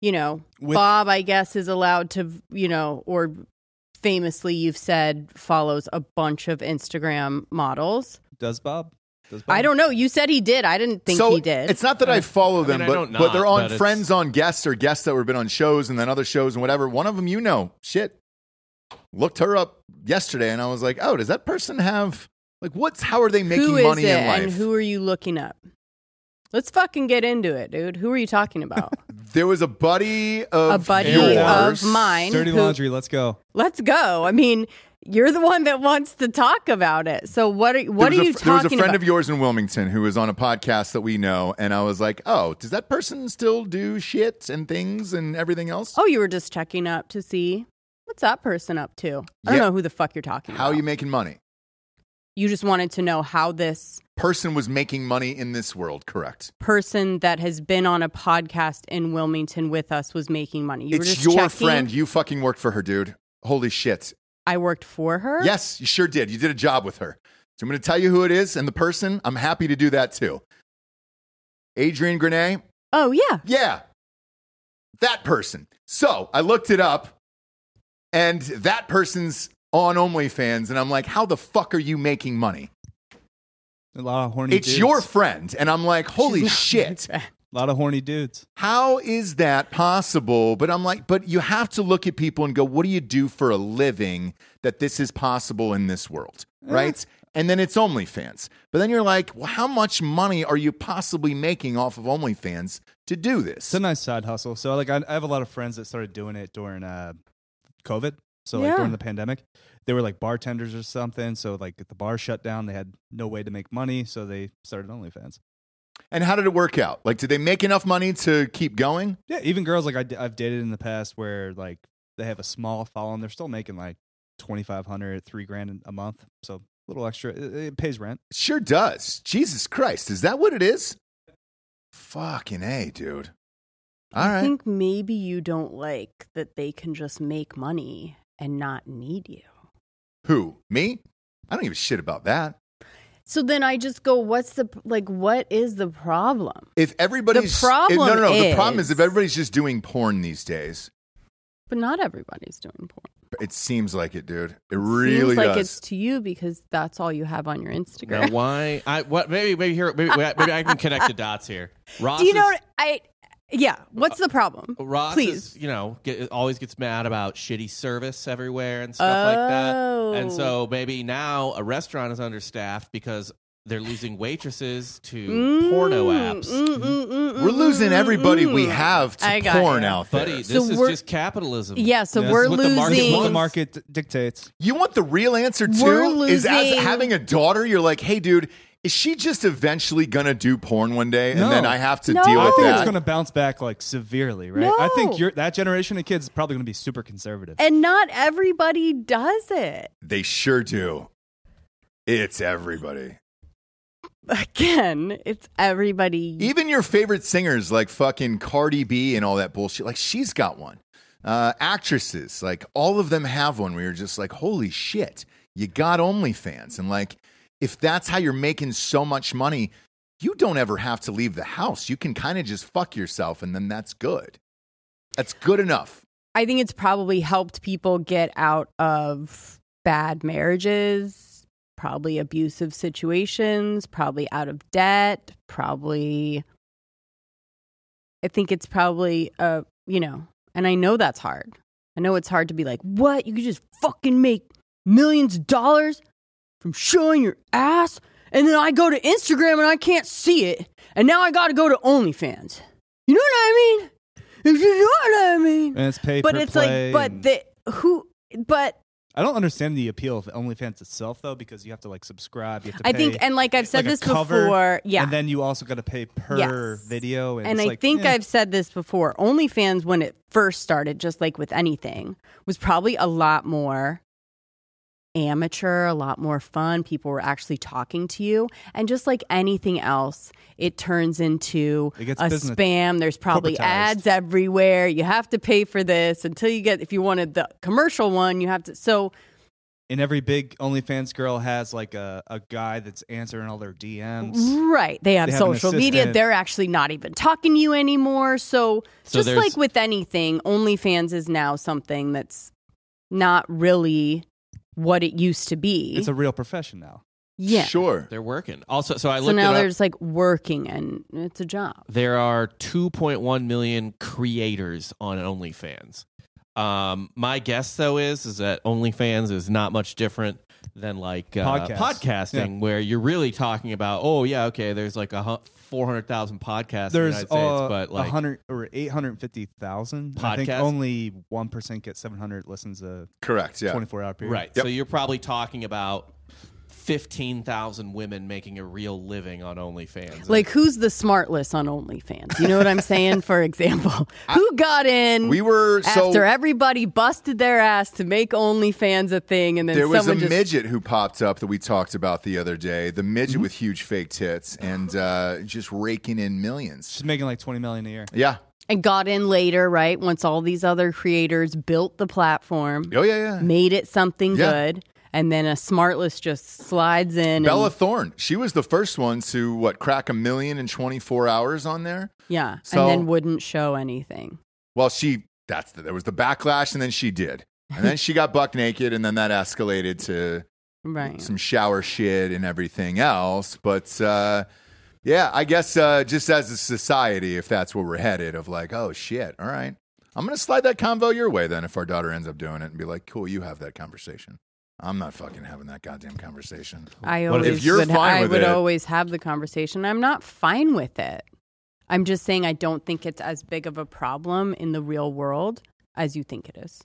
S3: you know,
S5: with
S3: Bob I guess is allowed to, you know, or famously you've said follows a bunch of Instagram models.
S5: does Bob? Does Bob?
S3: I don't know, you said he did. I didn't think
S2: so
S3: he did.
S2: It's not that I follow them,
S4: I
S2: but
S4: don't
S2: but they're
S4: not, but
S2: on
S4: it's-
S2: friends on guests or guests that were been on shows and then other shows and whatever. One of them, you know, shit. Looked her up yesterday, and I was like, oh, does that person have like what's how are they making
S3: who is
S2: money
S3: it
S2: in life?
S3: and who are you looking up? Let's fucking get into it, dude. Who are you talking about?
S2: there was a buddy of
S3: A buddy
S2: yours.
S3: of mine.
S5: Dirty
S3: who-
S5: laundry. Let's go.
S3: Let's go. I mean, you're the one that wants to talk about it. So what are what are
S2: there was
S3: you
S2: a,
S3: talking
S2: There was a friend
S3: about?
S2: of yours in Wilmington who was on a podcast that we know, and I was like, "Oh, does that person still do shit and things and everything else?
S3: oh, you were just checking up to see what's that person up to. I don't
S2: Yeah.
S3: know who the fuck you're talking
S2: How
S3: about.
S2: you making money?
S3: you just wanted to know how this
S2: Person was making money in this world, correct?
S3: person that has been on a podcast in Wilmington with us was making money. You were
S2: it's
S3: just
S2: your
S3: checking.
S2: friend. You fucking worked for her, dude. Holy shit!
S3: I worked for her.
S2: Yes, you sure did. You did a job with her. So I'm going to tell you who it is and the person. I'm happy to do that too. Adrian Grenay,
S3: Oh yeah.
S2: Yeah. That person. So I looked it up, and that person's on OnlyFans, and I'm like, how the fuck are you making money?
S5: A lot of horny.
S2: It's
S5: dudes.
S2: your friend. And I'm like, holy
S3: She's not
S2: shit.
S3: my friend.
S5: A lot of horny dudes.
S2: How is that possible? But I'm like, but you have to look at people and go, what do you do for a living that this is possible in this world? Right? And then it's OnlyFans. But then you're like, well, how much money are you possibly making off of OnlyFans to do this?
S5: It's a nice side hustle. So like I, I have a lot of friends that started doing it during uh, COVID. So like
S3: Yeah.
S5: during the pandemic, they were like bartenders or something. So like the bar shut down, they had no way to make money, so they started OnlyFans.
S2: And how did it work out? Like, did they make enough money to keep going?
S5: Yeah, even girls like I, d- I've dated in the past where like they have a small following, they're still making like 2,500, three grand a month. So a little extra, it, it pays rent.
S2: It sure does. Jesus Christ, is that what it is? Fucking a, dude. All
S3: I
S2: right.
S3: think maybe you don't like that they can just make money and not need you.
S2: Who? Me? I don't give a shit about that.
S3: So then I just go, what's the like? What is the problem?
S2: If everybody's if- no,
S3: problem
S2: no, no. the problem is
S3: is-
S2: if everybody's just doing porn these days.
S3: But not everybody's doing porn.
S2: It seems like it, dude. It really
S3: Seems like
S2: does.
S3: it's to you because that's all you have on your
S4: Now,
S3: Instagram.
S4: why? I what? Maybe maybe here maybe, maybe I can connect the dots here. Ross,
S3: Do you know?
S4: is-
S3: What I yeah. What's the problem?
S2: Uh,
S4: Ross,
S3: Please.
S4: is, you know, get, always gets mad about shitty service everywhere and stuff like
S3: Oh.
S4: that. And so maybe now a restaurant is understaffed because they're losing waitresses to
S3: Mm,
S4: porno apps.
S2: We're losing everybody we have to
S3: I got
S2: porn
S3: you.
S2: out there.
S4: Buddy, this
S3: So
S4: is
S3: we're-
S4: just capitalism.
S3: Yeah, so
S5: Yeah,
S3: we're
S4: is
S5: this
S4: what the market
S5: It's
S3: losing.
S5: what the
S4: wants.
S5: market d- dictates.
S2: You want the real answer too?
S3: We're
S2: Is as
S3: losing-
S2: having a daughter, you're like, hey, dude, is she just eventually gonna do porn one day, and
S5: No.
S2: then I have to
S3: No.
S2: deal
S5: I
S2: with
S5: think
S2: that?
S5: it's going to bounce back like severely, right? I
S3: No.
S5: think you're, that generation of kids is probably going to be super conservative.
S3: and not everybody does it.
S2: They sure do. It's everybody.
S3: Again, it's everybody.
S2: Even your favorite singers like fucking Cardi B and all that bullshit. Like she's got one. Uh, actresses, like all of them have one. We were just like, holy shit, you got OnlyFans, and like, if that's how you're making so much money, you don't ever have to leave the house. You can kind of just fuck yourself, and then that's good. That's good enough.
S3: I think it's probably helped people get out of bad marriages, probably abusive situations, probably out of debt, probably. I think it's probably, uh, you know, and I know that's hard. I know it's hard to be like, what? You could just fucking make millions of dollars from showing your ass. And then I go to Instagram and I can't see it. And now I got to go to OnlyFans. You know what I mean? You know what I mean?
S5: And it's pay
S3: but
S5: per
S3: it's like
S5: play
S3: but
S5: and-
S3: the who but
S5: I don't understand the appeal of OnlyFans itself though, because you have to like subscribe. You have to
S3: i
S5: pay,
S3: think and like i've said
S5: like a
S3: this
S5: cover,
S3: before yeah
S5: and then you also got to pay per
S3: Yes.
S5: video. And,
S3: and
S5: it's
S3: I
S5: like,
S3: think
S5: eh.
S3: I've said this before. OnlyFans, when it first started, just like with anything, was probably a lot more amateur, a lot more fun. People were actually talking to you. And just like anything else, it turns into
S5: It gets
S3: a
S5: business-
S3: spam. There's probably
S5: corporatized.
S3: ads everywhere. You have to pay for this until you get, if you wanted the commercial one, you have to. So,
S5: and every big OnlyFans girl has like a, a guy that's answering all their DMs.
S3: Right. They have
S5: They have an
S3: social media.
S5: assistant.
S3: They're actually not even talking to you anymore. So,
S4: So
S3: just
S4: there's-
S3: like with anything, OnlyFans is now something that's not really what it used to be.
S5: It's a real profession now.
S3: yeah.
S2: Sure.
S4: They're working. Also, so I
S3: So
S4: looked
S3: now
S4: it up.
S3: there's like working and it's a job.
S4: there are 2.1 million creators on OnlyFans. Um, my guess though is is that OnlyFans is not much different than like uh,
S5: Podcasts.
S4: podcasting, where you're really talking about oh yeah okay there's like a four hundred thousand podcasts
S5: There's
S4: in the United States,
S5: uh,
S4: but
S5: a
S4: like
S5: hundred or eight hundred fifty thousand. I think
S4: Podcasts?
S5: only one percent get seven hundred listens a
S2: Correct. Yeah.
S5: twenty four hour period.
S4: right, so you're probably talking about fifteen thousand women making a real living on OnlyFans.
S3: Like, who's the smartless on OnlyFans? You know what I'm saying? For example, who got in?
S2: We were so
S3: after everybody busted their ass to make OnlyFans a thing, and then
S2: there was a
S3: someone just
S2: midget who popped up that we talked about the other day. The midget with huge fake tits and uh, just raking in millions.
S5: She's making like twenty million a year.
S2: Yeah.
S3: and got in later, right? Once all these other creators built the platform.
S2: Oh yeah. Yeah.
S3: made it something
S2: Yeah.
S3: good, and then a smartless just slides in.
S2: Bella
S3: and,
S2: Thorne. She was the first one to what crack a million in 24 hours on there.
S3: yeah,
S2: So-
S3: and then wouldn't show anything.
S2: Well, she that's the, there was the backlash, and then she did, and then she got buck naked, and then that escalated to
S3: Right.
S2: some shower shit and everything else. But uh, yeah, I guess uh, just as a society, if that's where we're headed, of like, oh shit, all right, I'm gonna slide that convo your way then. If our daughter ends up doing it, and be like, cool, you have that conversation. I'm not fucking having that goddamn conversation.
S3: I
S4: What if-
S3: always
S2: If you're
S3: would,
S2: fine
S3: I
S2: with
S3: would
S2: it-
S3: always have the conversation. I'm not fine with it. I'm just saying I don't think it's as big of a problem in the real world as you think it is.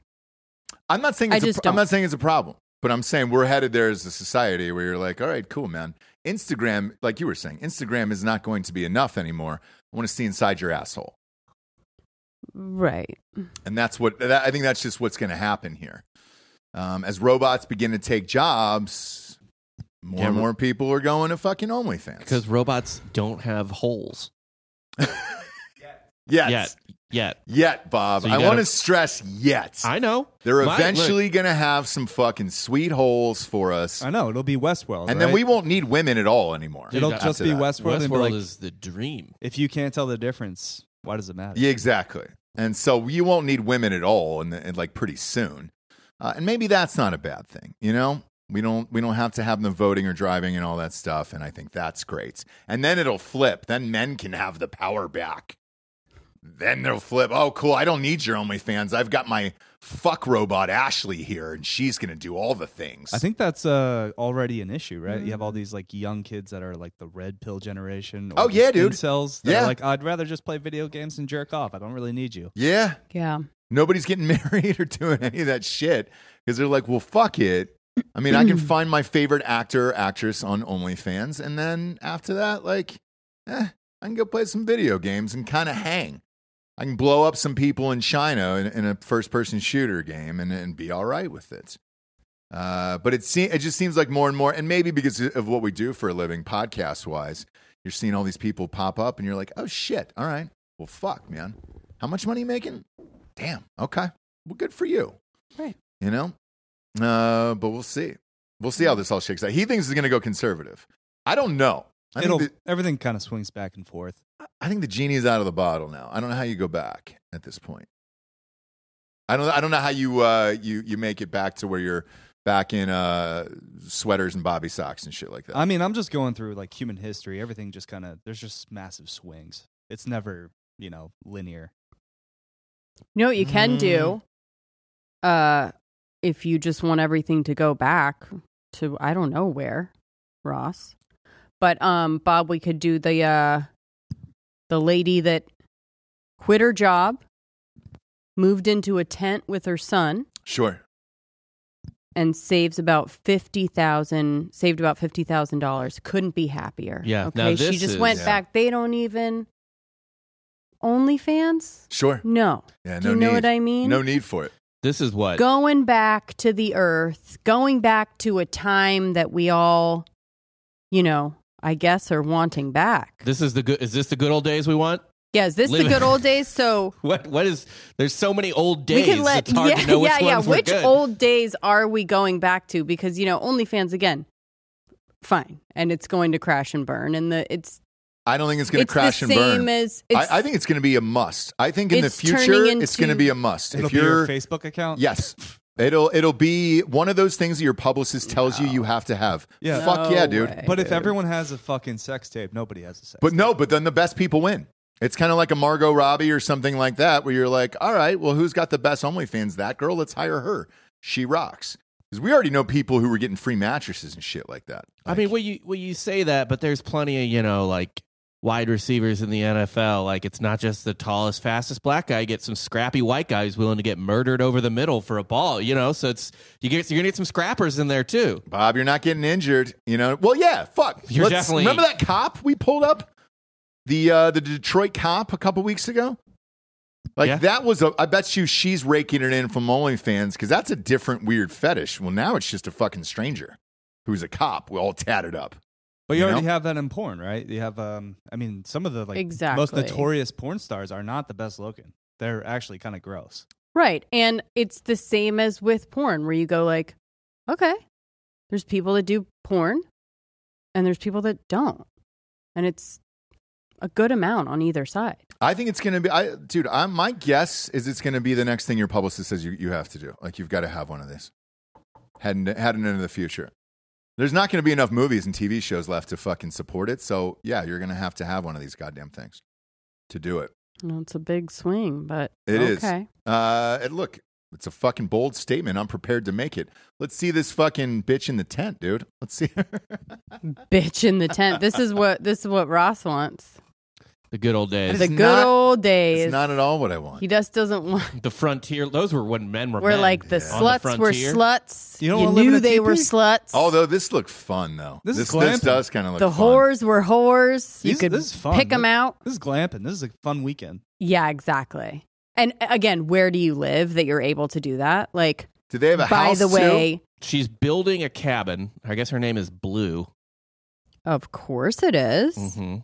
S2: I'm not saying
S3: I
S2: it's a,
S3: just
S2: I'm not
S3: don't.
S2: saying it's a problem, but I'm saying we're headed there as a society where you're like, all right, cool, man. Instagram, like you were saying, Instagram is not going to be enough anymore. I want to see inside your asshole,
S3: Right.
S2: and that's what that, I think. That's just what's going to happen here. Um, as robots begin to take jobs, more
S4: Yeah,
S2: and
S4: ro-
S2: more people are going to fucking
S4: because
S2: OnlyFans.
S4: robots don't have holes yet,
S2: Yes. Yet.
S4: yet
S2: Bob.
S4: So
S2: I
S4: you gotta-
S2: want to stress yet.
S4: I know
S2: They're
S4: My- look,
S2: eventually going to have some fucking sweet holes for us.
S5: I know it'll be Westworld,
S2: and then
S5: right?
S2: we won't need women at all anymore.
S4: Dude,
S5: it'll
S4: after
S5: just be
S2: that.
S5: Westworld. and be
S4: Westworld
S5: like,
S4: is the dream.
S5: if you can't tell the difference, why does it matter?
S2: Yeah, exactly. And so you won't need women at all, and and like pretty soon, uh, and maybe that's not a bad thing. You know, we don't we don't have to have them voting or driving and all that stuff, and I think that's great. And then it'll flip. Then men can have the power back. Then they'll flip. Oh, cool! I don't need your OnlyFans. I've got my fuck robot Ashley here, and she's gonna do all the things.
S5: I think that's uh, already an issue, right? You have all these like young kids that are like the red pill generation. Or
S2: Oh, yeah,
S5: just
S2: dude.
S5: Incels. That are
S2: Yeah.
S5: like I'd rather just play video games and jerk off. I don't really need you.
S2: Yeah,
S3: Yeah.
S2: Nobody's getting married or doing any of that shit because they're like, well, fuck it. I mean, I can find my favorite actor or actress on OnlyFans. And then after that, like, eh, I can go play some video games and kind of hang. I can blow up some people in China in, in a first person shooter game and, and be all right with it. Uh, but it, se- it just seems like more and more, and maybe because of what we do for a living, podcast wise, you're seeing all these people pop up and you're like, oh shit, all right. Well, fuck, man. How much money you making? Damn. Okay. well, good for you.
S3: Right.
S2: You know? Uh, but we'll see. We'll see how this all shakes out. He thinks it's going to go conservative. I don't know. I
S5: It'll
S2: think, the,
S5: everything kind of swings back and forth.
S2: I think the genie is out of the bottle now. I don't know how you go back at this point. I don't, I don't know how you, uh, you, you make it back to where you're back in uh, sweaters and bobby socks and shit like that.
S5: I mean, I'm just going through like human history. Everything just kind of there's just massive swings. It's never you know linear.
S3: You know what you can do?
S4: Mm.
S3: Uh, if you just want everything to go back to I don't know where, Ross. But um, Bob, we could do the uh, the lady that quit her job, moved into a tent with her son,
S2: sure.
S3: and saves about fifty thousand. Saved about fifty thousand dollars. Couldn't be happier.
S4: Yeah,
S3: Okay.
S4: now
S3: she
S4: this
S3: just
S4: is-
S3: went
S2: Yeah.
S3: back. They don't even OnlyFans.
S2: Sure.
S3: No.
S2: Yeah,
S3: Do
S2: no
S3: you know
S2: need.
S3: what I mean?
S2: No need for it.
S4: This is what
S3: going back to the earth, going back to a time that we all, you know, I guess are wanting back.
S4: this is the good. Is this the good old days we want?
S3: Yeah, is this
S4: Live-
S3: the good old days? So
S4: What what is? There's so many old days.
S3: we can let
S4: it's hard
S3: yeah,
S4: to know which
S3: yeah, yeah.
S4: ones were
S3: Which
S4: good.
S3: old days are we going back to? Because you know, OnlyFans again, fine, and it's going to crash and burn, and the it's
S2: I don't think it's going to
S3: it's
S2: crash
S3: the
S2: and
S3: same
S2: burn.
S3: as it's,
S2: I, I think it's going to be a must. I think in the
S3: It's turning
S2: future it's going to
S3: into-
S2: be a must.
S5: It'll
S2: if
S5: be your
S2: you're
S5: Facebook account.
S2: yes, it'll it'll be one of those things that your publicist tells you you have to have.
S5: Yeah.
S2: fuck
S3: No
S2: yeah, dude.
S3: way.
S5: But if everyone has a fucking sex tape, nobody has a sex.
S2: But no, but then the best people win. It's kind of like a Margot Robbie or something like that, where you're like, all right, well, who's got the best OnlyFans? That girl. Let's hire her. She rocks. Because we already know people who were getting free mattresses and shit like that.
S4: I mean, well, you well, you say that, but there's plenty of you know like wide receivers in the NFL. Like it's not just the tallest, fastest black guy. You get some scrappy white guy who's willing to get murdered over the middle for a ball. You know, so it's you get you're gonna get some scrappers in there too.
S2: Bob, you're not getting injured. You know, well, yeah, fuck.
S4: You're definitely-
S2: remember that cop we pulled up, the uh, the Detroit cop a couple weeks ago. Like
S4: Yeah.
S2: that was a. I bet you she's raking it in from OnlyFans because that's a different weird fetish. Well, now it's just a fucking stranger who's a cop. We're all tatted up.
S5: But you
S2: You
S5: already
S2: know?
S5: have that in porn, right? You have, um, I mean, some of the like most
S3: Exactly.
S5: notorious porn stars are not the best looking. They're actually kind of gross.
S3: Right. And it's the same as with porn where you go like, okay, there's people that do porn and there's people that don't. And it's a good amount on either side.
S2: I think it's gonna be, I, dude. I, my guess is it's gonna be the next thing your publicist says you, you have to do. Like you've got to have one of these. Heading heading into the future, there's not gonna be enough movies and TV shows left to fucking support it. So yeah, you're gonna have to have one of these goddamn things to do it.
S3: You know, it's a big swing, but
S2: It is.
S3: okay.
S2: Uh, and look, it's a fucking bold statement. I'm prepared to make it. Let's see this fucking bitch in the tent, dude. Let's see her.
S3: Bitch in the tent. This is what this is what Ross wants.
S4: The good old days,
S3: the
S2: It's
S3: good
S2: not-
S3: old days.
S2: it's not at all what I want.
S3: he just doesn't want
S4: the frontier. Those were when men were.
S3: we're
S4: men.
S3: like the
S4: On
S3: sluts were
S4: frontier.
S3: sluts.
S5: You don't
S3: you
S5: wanna live in
S3: knew
S5: a
S3: they were
S5: teepee?
S3: sluts.
S2: Although this looked fun though.
S5: This is
S2: this, this
S5: glamping.
S2: does kind of look
S3: the
S2: fun.
S3: whores were whores. you
S5: These-
S3: could
S5: this is fun.
S3: pick them
S5: This-
S3: out.
S5: This is glamping. This is a fun weekend.
S3: Yeah, exactly. And uh, again, where do you live that you're able to do that? Like,
S2: Do they have a
S3: by
S2: house
S3: the
S2: too?
S3: way,
S4: She's building a cabin. I guess her name is Blue.
S3: of course it is.
S4: Mm-hmm.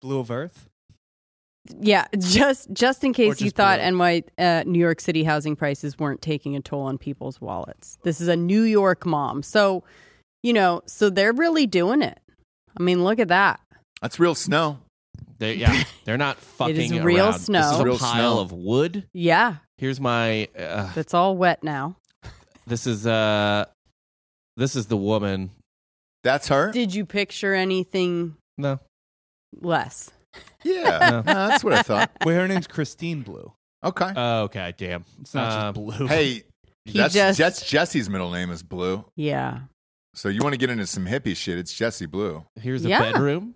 S5: Blue of Earth.
S3: Yeah, just just in case you
S5: just
S3: thought
S5: below.
S3: NY uh, New York City housing prices weren't taking a toll on people's wallets. This is a New York mom, so you know, so they're really doing it. I mean, look at that.
S2: That's real snow.
S4: They, yeah, they're not fucking.
S3: is real
S4: around. This is
S3: snow.
S4: a
S2: Real
S4: pile
S2: snow.
S4: of wood.
S3: Yeah,
S4: Here's my. Uh,
S3: that's all wet now.
S4: this is uh, this is the woman.
S2: That's her.
S3: Did you picture anything
S4: No,
S3: less?
S2: Yeah, No, that's what I thought.
S5: Wait, her name's Christine Blue.
S2: Okay.
S4: Oh, okay, damn.
S5: It's not
S4: Um,
S5: just Blue.
S2: hey,
S3: He
S2: that's,
S3: just-
S2: that's Jesse's middle name is Blue.
S3: Yeah,
S2: So you want to get into some hippie shit? It's Jesse Blue.
S4: Here's a
S3: Yeah.
S4: bedroom.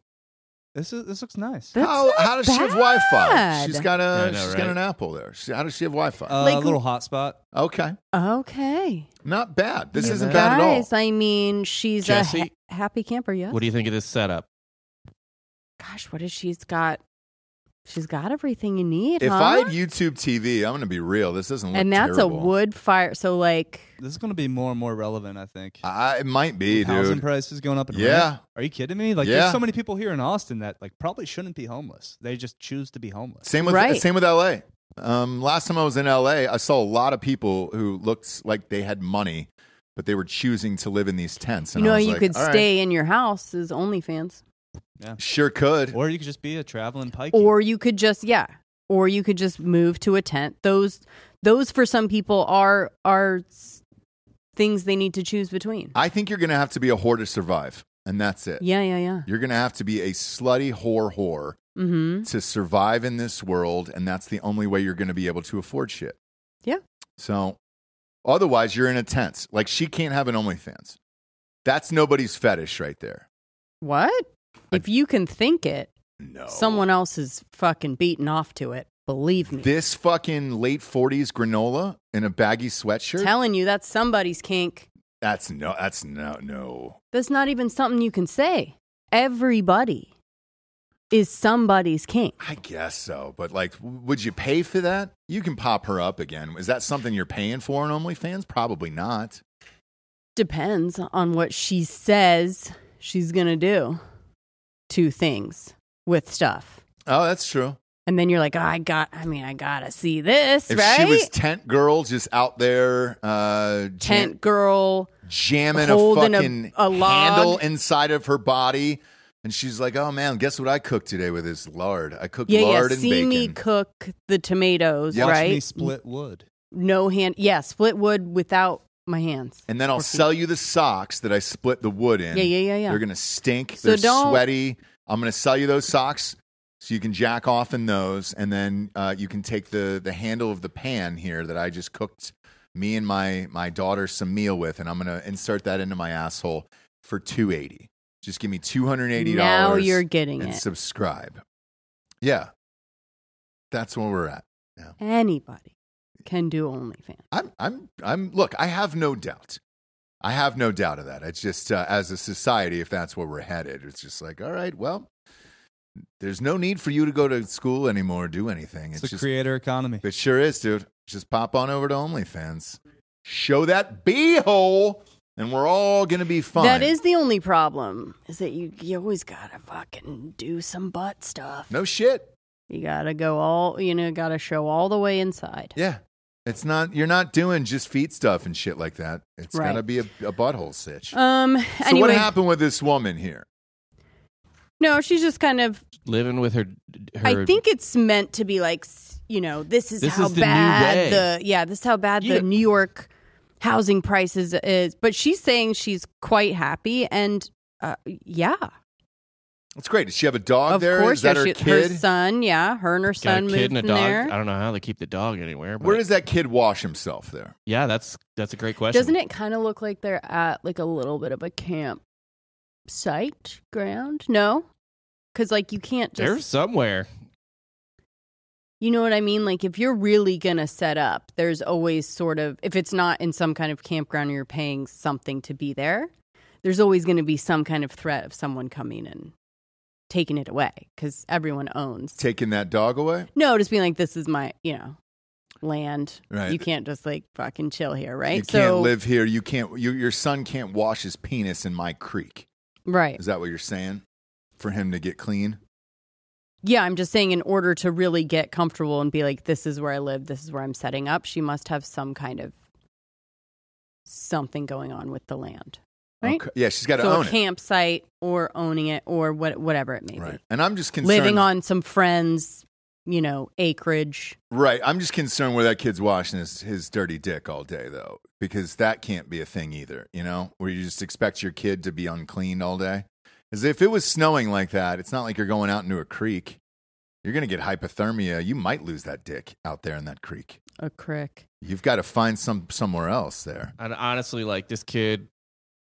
S5: this is this looks nice.
S3: That's
S2: how
S3: not
S2: how does she have Wi-Fi?
S3: bad.
S2: She's got a
S4: I know,
S2: she's got
S4: right?
S2: an Apple there. She, how does she have Wi-Fi?
S5: Uh,
S3: like-
S5: a little hot spot.
S2: okay,
S3: okay.
S2: not bad. This
S4: You
S2: isn't
S4: guys-
S2: bad at all.
S3: Guys, I mean, she's
S4: Jesse?
S3: a ha- happy camper. Yes.
S4: What do you think of this setup?
S3: Gosh, what is she's got? She's got everything you need.
S2: If
S3: huh?
S2: I had YouTube TV, I'm going to be real. This doesn't look
S3: and that's
S2: terrible.
S3: a wood fire, so like,
S5: This is going to be more and more relevant, I think.
S2: I, it might be,
S5: Housing
S2: dude.
S5: prices going up. In
S2: Yeah.
S5: rent. Are you kidding me? Like,
S2: Yeah.
S5: there's so many people here in Austin that like probably shouldn't be homeless. They just choose to be homeless.
S2: Same with
S3: Right.
S2: same with LA. Um, last time I was in LA, I saw a lot of people who looked like they had money, but they were choosing to live in these tents.
S3: You
S2: And I
S3: know,
S2: was
S3: you
S2: like,
S3: could
S2: "All right,
S3: stay in your house as OnlyFans,
S2: Sure could.
S5: Or you could just be a traveling pike.
S3: or you could just yeah, or you could just move to a tent. Those those for some people are are s- things they need to choose between.
S2: I think you're going to have to be a whore to survive, and that's it.
S3: yeah, yeah, yeah.
S2: You're going to have to be a slutty whore whore
S3: Mm-hmm.
S2: to survive in this world, and that's the only way you're going to be able to afford shit.
S3: Yeah.
S2: So, otherwise, you're in a tent. Like she can't have an OnlyFans. That's nobody's fetish, right there.
S3: What? If you can think it,
S2: No.
S3: someone else is fucking beaten off to it. Believe me.
S2: This fucking late forties granola in a baggy sweatshirt.
S3: Telling you that's somebody's kink.
S2: that's no. That's no. No.
S3: That's not even something you can say. Everybody is somebody's kink.
S2: I guess so, but like, w- would you pay for that? You can pop her up again. Is that something you're paying for on OnlyFans? Probably not.
S3: Depends on what she says she's going to do to things with stuff.
S2: Oh, that's true.
S3: And then you're like, oh, I got, I mean, I got to see this,
S2: If
S3: right?
S2: she was tent girl, just out there, uh, jam-
S3: Tent girl.
S2: jamming a
S3: holding a-
S2: fucking
S3: a log.
S2: handle inside of her body, and she's like, "Oh man, guess what I cooked today with this lard? I cooked
S3: Yeah,
S2: lard
S3: yeah.
S2: and
S3: See
S2: bacon."
S3: me cook the tomatoes,
S2: Yeah.
S5: Watch
S3: right?
S5: me split wood.
S3: no hand. Yeah, split wood without my hands.
S2: and then I'll sell you the socks that I split the wood in.
S3: Yeah, yeah, yeah, yeah.
S2: They're gonna stink.
S3: So
S2: They're
S3: don't-
S2: sweaty. I'm gonna sell you those socks so you can jack off in those, and then uh, you can take the the handle of the pan here that I just cooked me and my my daughter some meal with, and I'm gonna insert that into my asshole for two eighty. Just give me two hundred eighty dollars.
S3: Now you're getting
S2: and
S3: it.
S2: subscribe. Yeah, that's where we're at.
S3: Anybody can do OnlyFans.
S2: I'm, I'm, I'm. Look, I have no doubt. I have no doubt of that. It's just uh, as a society, if that's where we're headed, it's just like, all right, well, there's no need for you to go to school anymore, or do anything. It's,
S5: It's the
S2: just,
S5: creator economy.
S2: it sure is, dude. Just pop on over to OnlyFans, show that beehole, and we're all gonna be fine.
S3: That is the only problem is that you you always gotta fucking do some butt stuff.
S2: no shit.
S3: You gotta go all you know, gotta show all the way inside.
S2: Yeah. It's not you're not doing just feet stuff and shit like that. It's
S3: Right.
S2: gotta be a, a butthole sitch.
S3: Um.
S2: So
S3: anyway,
S2: what happened with this woman here?
S3: no, she's just kind of.
S4: Living with her, her
S3: I think it's meant to be like, s- you know, this is
S4: This
S3: how
S4: is the new way.
S3: bad the yeah, this is how bad
S4: Yeah.
S3: the New York housing prices is. But she's saying she's quite happy, and uh, yeah,
S2: That's great. Does she have a dog
S3: of
S2: there?
S3: course,
S2: Is that
S3: yeah,
S2: her
S3: she-
S2: kid?
S3: son, yeah, her and her
S4: got
S3: son
S4: a
S3: moved
S4: kid and a
S3: in
S4: dog.
S3: there.
S4: I don't know how they keep the dog anywhere. But
S2: Where does that kid wash himself there?
S4: yeah, that's that's a great question.
S3: Doesn't it kind of look like they're at like a little bit of a camp site ground? No, because like you can't just
S4: There's somewhere.
S3: you know what I mean. Like if you're really gonna set up, there's always sort of if it's not in some kind of campground, or you're paying something to be there. There's always going to be some kind of threat of someone coming and taking it away because everyone owns.
S2: Taking that dog away?
S3: No, just being like, this is my you know land.
S2: Right.
S3: You can't just like fucking chill here, right?
S2: You can't live here. You can't you, your son can't wash his penis in my creek.
S3: right.
S2: Is that what you're saying? For him to get clean?
S3: Yeah, I'm just saying, in order to really get comfortable and be like, this is where I live, this is where I'm setting up, she must have some kind of something going on with the land. Right?
S2: Okay. Yeah, she's gotta
S3: So
S2: own
S3: a campsite or owning it or what, whatever it may
S2: it.
S3: be.
S2: Right. And I'm just concerned
S3: Living on some friends, you know, acreage.
S2: Right. I'm just concerned where that kid's washing his, his dirty dick all day, though, because that can't be a thing either, you know, where you just expect your kid to be unclean all day. Because if it was snowing like that, it's not like you're going out into a creek. You're going to get hypothermia. You might lose that dick out there in that creek.
S3: A crick.
S2: You've got to find some somewhere else there.
S4: And honestly, like this kid,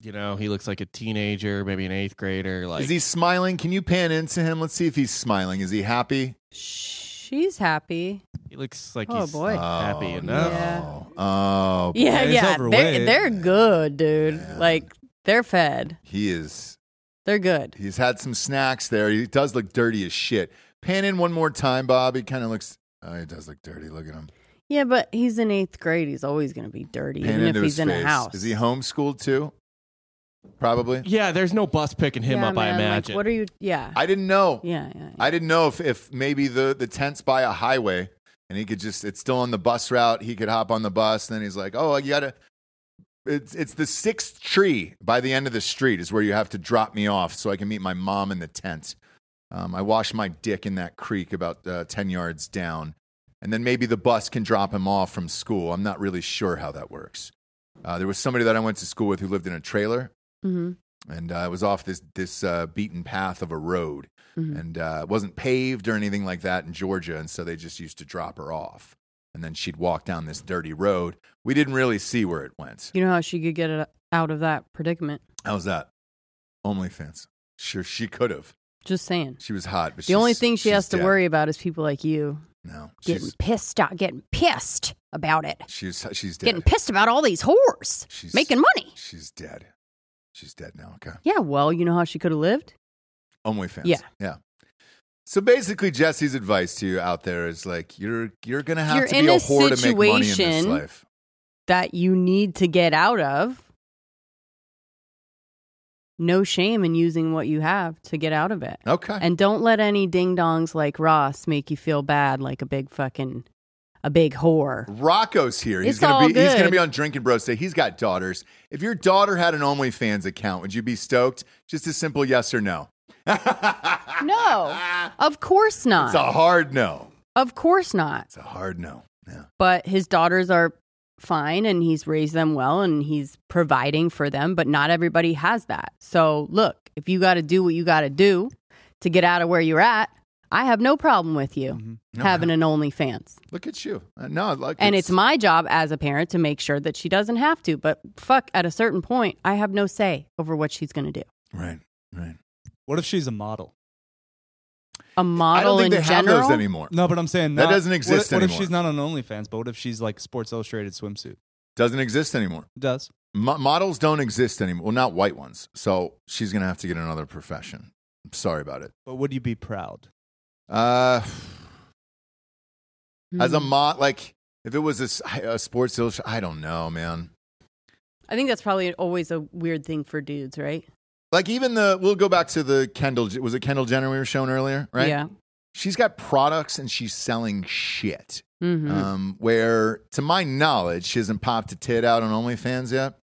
S4: you know, he looks like a teenager, maybe an eighth grader. Like
S2: Is he smiling? Can you pan into him? Let's see if he's smiling. Is he happy?
S3: She's happy.
S4: he looks like
S3: Oh,
S4: he's
S2: Oh,
S3: boy.
S4: happy enough.
S2: No. Oh,
S3: Yeah,
S5: he's
S3: yeah. They're,
S5: overweight.
S3: they're good, dude.
S2: Yeah.
S3: Like, they're fed.
S2: he is
S3: They're good.
S2: He's had some snacks there. He does look dirty as shit. Pan in one more time, Bob. He kind of looks. Oh, he does look dirty. Look at him.
S3: Yeah, but he's in eighth grade. He's always going to be dirty,
S2: Pan
S3: even if
S2: into
S3: he's
S2: his
S3: in
S2: face.
S3: a house.
S2: Is he homeschooled too? Probably.
S4: Yeah, there's no bus picking him
S3: Yeah,
S4: up. I
S3: man, like,
S4: imagine.
S3: what are you? Yeah.
S2: I didn't know.
S3: yeah, yeah, yeah.
S2: I didn't know if, if maybe the, the tent's by a highway and he could just it's still on the bus route. He could hop on the bus. And then he's like, oh, you gotta. It's it's the sixth tree by the end of the street is where you have to drop me off so I can meet my mom in the tent. Um, I wash my dick in that creek about uh, ten yards down, and then maybe the bus can drop him off from school. I'm not really sure how that works. Uh, there was somebody that I went to school with who lived in a trailer,
S3: hmm
S2: and uh, I was off this this uh, beaten path of a road,
S3: Mhm.
S2: and uh, it wasn't paved or anything like that in Georgia, and so they just used to drop her off, and then she'd walk down this dirty road. We didn't really see where it went.
S3: You know how she could get it out of that predicament?
S2: How's that? OnlyFans. Sure, she could have.
S3: Just saying.
S2: She was hot, but
S3: The only
S2: she's-
S3: thing she
S2: she's
S3: has to
S2: dead.
S3: worry about is people like you
S2: No,
S3: getting
S2: she's
S3: pissed out, getting pissed about it,
S2: she's she's dead.
S3: getting pissed about all these whores
S2: she's
S3: making money.
S2: She's dead. She's dead now. Okay.
S3: Yeah, well, you know how she could have lived?
S2: OnlyFans.
S3: Yeah.
S2: Yeah. So basically, Jesse's advice to you out there is like you're you're gonna have
S3: You're
S2: to
S3: in
S2: be a
S3: a
S2: whore to make money in this
S3: situation-
S2: life.
S3: That you need to get out of. No shame in using what you have to get out of it.
S2: Okay.
S3: And don't let any ding dongs like Ross make you feel bad like a big fucking, a big whore.
S2: Rocco's here. He's
S3: It's
S2: gonna
S3: all
S2: be he's gonna
S3: good.
S2: be on Drinking Bros Day. He's got daughters. If your daughter had an OnlyFans account, would you be stoked? Just a simple yes or no.
S3: No, of course
S2: It's a
S3: not.
S2: hard no.
S3: Of course not.
S2: It's a hard no. Yeah.
S3: but his daughters are fine and he's raised them well and he's providing for them but not everybody has that so look if you got to do what you got to do to get out of where you're at i have no problem with you
S2: No,
S3: having an onlyfans
S2: Look at you. Uh, No, like
S3: and it's my job as a parent to make sure that she doesn't have to but fuck at a certain point i have no say over what she's going to do
S2: right, right.
S5: What if she's a model?
S3: a
S2: I don't
S3: model
S2: think
S3: in
S2: they have
S3: general
S2: those anymore.
S5: No, but I'm saying
S2: That
S5: not-
S2: doesn't
S5: what-
S2: exist
S5: What if
S2: anymore.
S5: she's not on OnlyFans? But what if she's like Sports Illustrated swimsuit?
S2: Doesn't exist anymore.
S5: It does.
S2: Mo- models don't exist anymore. Well, not white ones. So she's gonna have to get another profession. I'm sorry about it.
S5: But would you be proud?
S2: Uh,
S3: Hmm.
S2: As a mod, like if it was a, s- a sports illustration, I don't know, man.
S3: i think that's probably always a weird thing for dudes right
S2: Like even the we'll go back to the Kendall. Was it Kendall Jenner we were shown earlier? Right.
S3: yeah
S2: She's got products and she's selling shit.
S3: hmm
S2: Um, where to my knowledge, she hasn't popped a tit out on OnlyFans yet.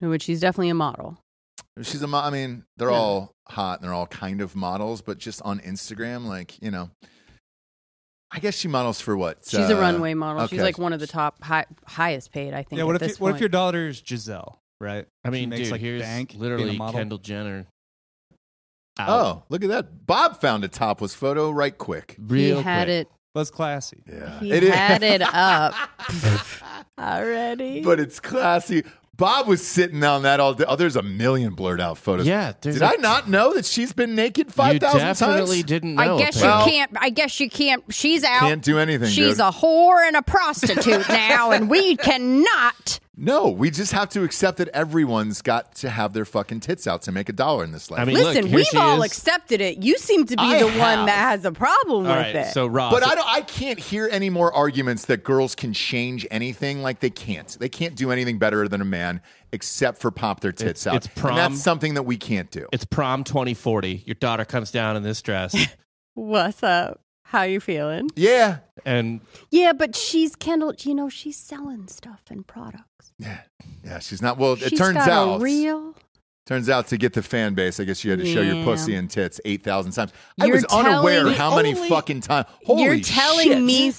S3: but she's definitely a model
S2: She's a mo- I mean, they're
S3: Yeah.
S2: all hot and they're all kind of models, but just on Instagram, like, you know, I guess she models for what?
S3: She's
S2: Uh,
S3: a runway model. She's
S2: okay.
S3: like one of the top high, highest paid, I think.
S5: yeah. What
S3: at
S5: if
S3: this
S5: you, what
S3: point.
S5: if your daughter's Giselle? Right.
S4: I
S5: She
S4: mean,
S5: makes,
S4: dude,
S5: like,
S4: here's
S5: bank being a
S4: literally
S5: model.
S4: Kendall Jenner. Out.
S2: Oh, look at that. Bob found a topless photo right quick.
S4: real
S3: he had
S4: quick.
S3: it?
S5: That's classy.
S2: Yeah.
S3: He
S2: is-
S3: had it up already.
S2: but it's classy. Bob was sitting on that all day. Oh, there's a million blurred out photos.
S4: Yeah, there's
S2: Did
S4: a-
S2: I not know that she's been naked
S4: you
S2: 5,000 times?
S4: definitely didn't
S3: I
S4: know.
S3: guess
S2: Well-
S4: apparently.
S3: you can't. I guess you can't. She's out.
S2: Can't do anything.
S3: She's
S2: dude.
S3: a whore and a prostitute now, and we cannot.
S2: no, we just have to accept that everyone's got to have their fucking tits out to make a dollar in this life.
S4: I mean,
S3: Listen,
S4: look, here
S3: we've
S4: she
S3: all
S4: is.
S3: accepted it. You seem to be
S2: I
S3: the
S2: have.
S3: one that has a problem
S4: All right,
S3: with it.
S4: so Ross,
S2: But I don't. I can't hear any more arguments that girls can change anything. Like they can't. They can't do anything better than a man, except for pop their tits
S4: It's-
S2: out.
S4: it's prom.
S2: And that's something that we can't do.
S4: it's prom 2040. Your daughter comes down in this dress,
S3: what's up? How you feeling?
S2: yeah.
S4: and
S3: Yeah, but she's Kendall. You know, she's selling stuff and products.
S2: Yeah. She's not. Well, it
S3: She's
S2: turns
S3: got a
S2: out.
S3: real.
S2: Turns out to get the fan base, I guess you had to show your
S3: Yeah.
S2: pussy and tits eight thousand times. I
S3: You're
S2: was unaware
S3: telling-
S2: how many
S4: Only-
S2: fucking times. Holy
S3: You're telling
S2: shit.
S3: me
S2: Bob is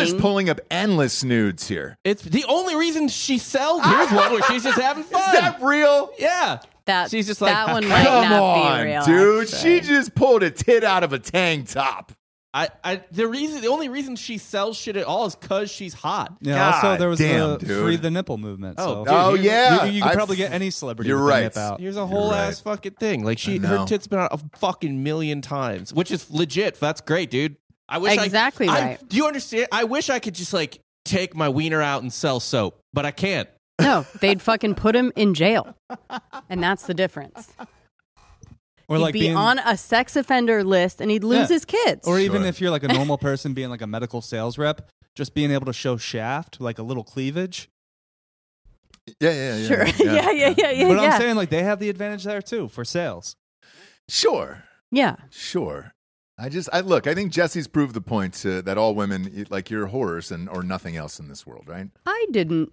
S3: something.
S2: pulling up endless nudes here.
S4: it's the only reason she sells. Here's one where she's just having fun.
S2: Is that real?
S4: yeah,
S3: That
S4: she's just like
S3: that one might
S2: Come
S3: not
S2: on,
S3: be real,
S2: dude.
S3: actually.
S2: She just pulled a tit out of a tank top.
S4: I, I, the reason, the only reason she sells shit at all is because she's hot.
S5: Yeah.
S2: God
S5: also, there was
S2: damn,
S5: the
S2: dude.
S5: free the nipple movement.
S4: Oh,
S5: so.
S4: dude.
S2: oh
S4: you-
S2: yeah,
S5: You, you could
S2: I've-
S5: probably get any celebrity.
S2: You're
S5: with the
S2: right.
S5: nip out.
S4: Here's a whole
S2: right.
S4: ass fucking thing. Like she,
S2: know.
S4: her tits been out a fucking million times, which is legit. That's great, dude. I wish I-
S3: Exactly
S4: I,
S3: right.
S4: Do you understand? I wish I could just like take my wiener out and sell soap, but I can't.
S3: No, they'd fucking put him in jail. And that's the difference.
S5: Or
S3: he'd
S5: like
S3: be
S5: being,
S3: on a sex offender list and he'd lose
S5: Yeah.
S3: his kids.
S5: or even
S2: Sure.
S5: if you're like a normal person being like a medical sales rep, just being able to show shaft, like a little cleavage.
S2: Yeah, yeah, yeah.
S3: sure. Yeah, yeah, yeah, yeah. Yeah.
S5: But
S3: yeah.
S5: I'm saying like they have the advantage there too for sales.
S2: Sure,
S3: yeah.
S2: sure. I just, I look. I think Jesse's proved the point to, that all women like you're horrors and or nothing else in this world, right?
S3: I didn't.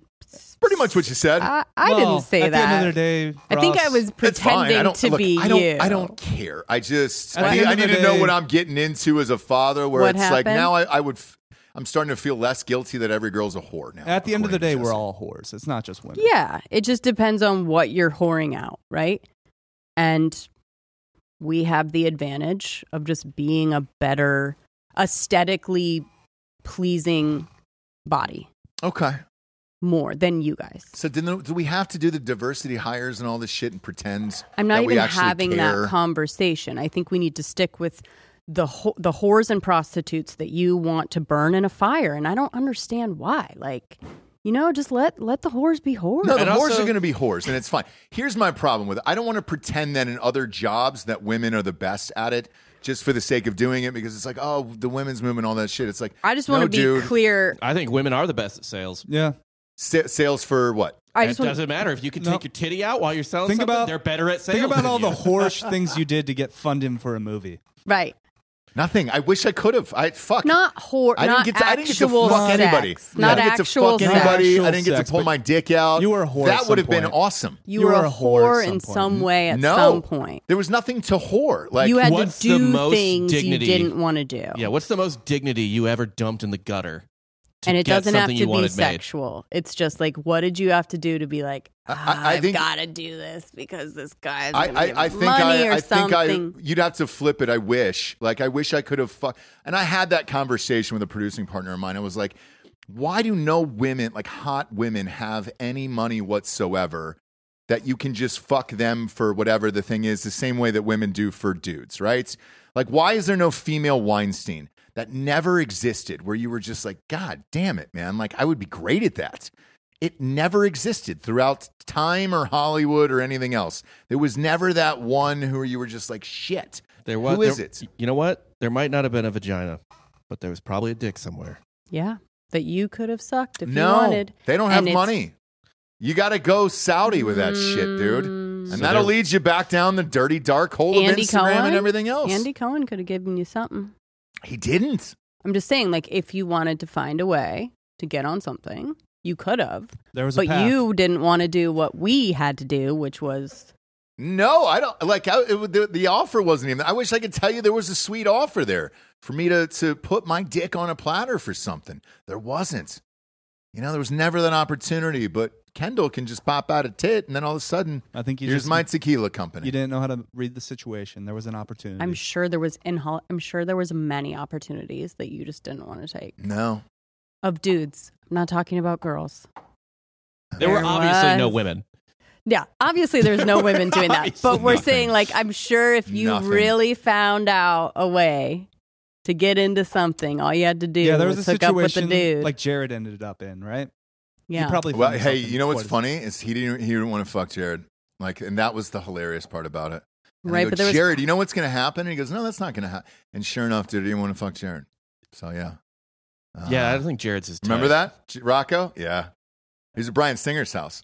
S2: Pretty much what you said.
S3: I, I
S5: Well,
S3: didn't say
S5: at
S3: that.
S5: the end of the day,
S3: I think I
S5: Ross,
S3: was
S2: That's fine.
S3: pretending
S2: I don't,
S3: to
S2: look,
S3: be
S2: I don't,
S3: you.
S2: I don't care. I just,
S5: At
S2: I
S5: the
S2: need,
S5: end
S2: I
S5: of
S2: need
S5: the
S2: to know
S5: day-
S2: what I'm getting into as a father. Where
S3: What
S2: it's like
S3: happened?
S2: now, I, I would, f- I'm starting to feel less guilty that every girl's a whore now.
S5: At the end of the
S2: according
S5: day,
S2: to
S5: we're
S2: Jesse.
S5: all whores. It's not just women.
S3: Yeah, it just depends on what you're whoring out, right? And we have the advantage of just being a better, aesthetically pleasing body
S2: okay.
S3: more than you guys.
S2: So do, do we have to do the diversity hires and all this shit and pretend?
S3: I'm not
S2: that we
S3: even
S2: actually
S3: having
S2: care?
S3: that conversation. I think we need to stick with the wh- the whores and prostitutes that you want to burn in a fire, and I don't understand why. Like, you know, just let let the whores be whores.
S2: No, the
S4: And
S2: whores
S4: also-
S2: are going to be whores, and it's fine. Here's my problem with it. I don't want to pretend that in other jobs that women are the best at it just for the sake of doing it because it's like, oh, the women's movement, all that shit. It's like,
S3: I just
S2: no,
S3: want to be
S2: dude,
S3: clear.
S4: I think women are the best at sales.
S5: Yeah.
S2: Sa- sales for what?
S3: I
S4: it
S3: just want
S4: doesn't matter if you can
S5: No.
S4: take your titty out while you're selling
S5: Think
S4: something.
S5: about-
S4: they're better at sales.
S5: Think about
S4: than
S5: all
S4: you.
S5: the whorish things you did to get funding for a movie.
S3: right.
S2: Nothing. I wish I could have. I fuck.
S3: Not whore.
S2: I
S3: not
S2: didn't get. To, I didn't get to
S3: actual
S2: fuck
S3: sex.
S2: anybody.
S3: Not
S2: I didn't get to
S3: actual
S2: fuck anybody.
S5: sex.
S2: I didn't get to
S5: Sex,
S2: pull
S5: but
S2: my dick out.
S5: you were a whore
S2: That
S5: at
S2: would have
S5: some
S2: been
S5: point.
S2: awesome.
S3: You were a whore in some way at
S2: no,
S3: some point.
S2: there was nothing to whore. Like
S3: you had
S4: what's
S3: to
S4: the
S3: do
S4: most
S3: things
S4: dignity-
S3: you didn't want to do.
S4: Yeah, what's the most dignity you ever dumped in the gutter? to
S3: and it
S4: get
S3: doesn't have
S4: something
S3: to
S4: you
S3: be
S4: wanted made?
S3: sexual. It's just like, what did you have to do to be like,
S2: I- I-
S3: "Ah,
S2: I
S3: I've
S2: think-
S3: got to do this because this guy's
S2: I,
S3: gonna give
S2: I, I
S3: me
S2: think
S3: money
S2: I,
S3: or
S2: I think I
S3: something.
S2: you'd have to flip it. I wish like I wish I could have fuck. And I had that conversation with a producing partner of mine. I was like, why do no women like hot women have any money whatsoever that you can just fuck them for whatever the thing is the same way that women do for dudes, right? Like why is there no female Weinstein that never existed where you were just like, god damn it, man, like I would be great at that it never existed throughout time or Hollywood or anything else. There was never that one who you were just like, shit.
S4: There was.
S2: Who is
S4: there-
S2: it?
S4: You know what? There might not have been a vagina, but there was probably a dick somewhere.
S3: yeah, that you could have sucked if you
S2: no,
S3: wanted.
S2: they don't have
S3: And it's-
S2: money. You got to go Saudi with that shit, dude. And
S4: So
S2: that'll
S4: there-
S2: lead you back down the dirty dark hole of
S3: Mm. Andy
S2: Instagram and
S3: Cohen?
S2: everything else.
S3: Andy Cohen could have given you something.
S2: He didn't.
S3: I'm just saying, like, if you wanted to find a way to get on something, you could have.
S5: There was a
S3: But
S5: path.
S3: you didn't want to do what we had to do, which was
S2: No, I don't. Like I, it, the, the offer wasn't even. I wish I could tell you there was a sweet offer there for me to to put my dick on a platter for something. There wasn't. You know, there was never that opportunity. But Kendall can just pop out a tit, and then all of a sudden,
S5: I think you
S2: here's
S5: just
S2: my tequila company.
S5: you didn't know how to read the situation. There was an opportunity.
S3: I'm sure there was in Hol- I'm sure there was many opportunities that you just didn't want to take
S2: no,
S3: of dudes. I'm not talking about girls.
S4: There were
S3: There
S4: obviously no
S3: was.
S4: women.
S3: Yeah, obviously there's no women doing that. But
S4: Obviously
S3: we're
S2: nothing.
S3: saying like I'm sure if you
S2: Nothing.
S3: really found out a way to get into something, all you had to do
S5: yeah, there
S3: was,
S5: was a
S3: hook up with the
S5: situation
S3: dude.
S5: like Jared ended up in, right?
S3: yeah.
S5: You probably
S2: well,
S5: found
S2: hey,
S5: something
S2: you know what's
S5: quite
S2: funny
S5: as-
S2: is he didn't he didn't want to fuck Jared. Like, and that was the hilarious part about it. And I
S3: Right,
S2: go,
S3: but there was-
S2: Jared, you know what's going to happen? And he goes, No, that's not going to happen. And sure enough, dude, he didn't want to fuck Jared. So yeah, uh,
S4: yeah, I don't think Jared's his.
S2: Remember
S4: type.
S2: that J- Rocco? Yeah, he was at Brian Singer's house,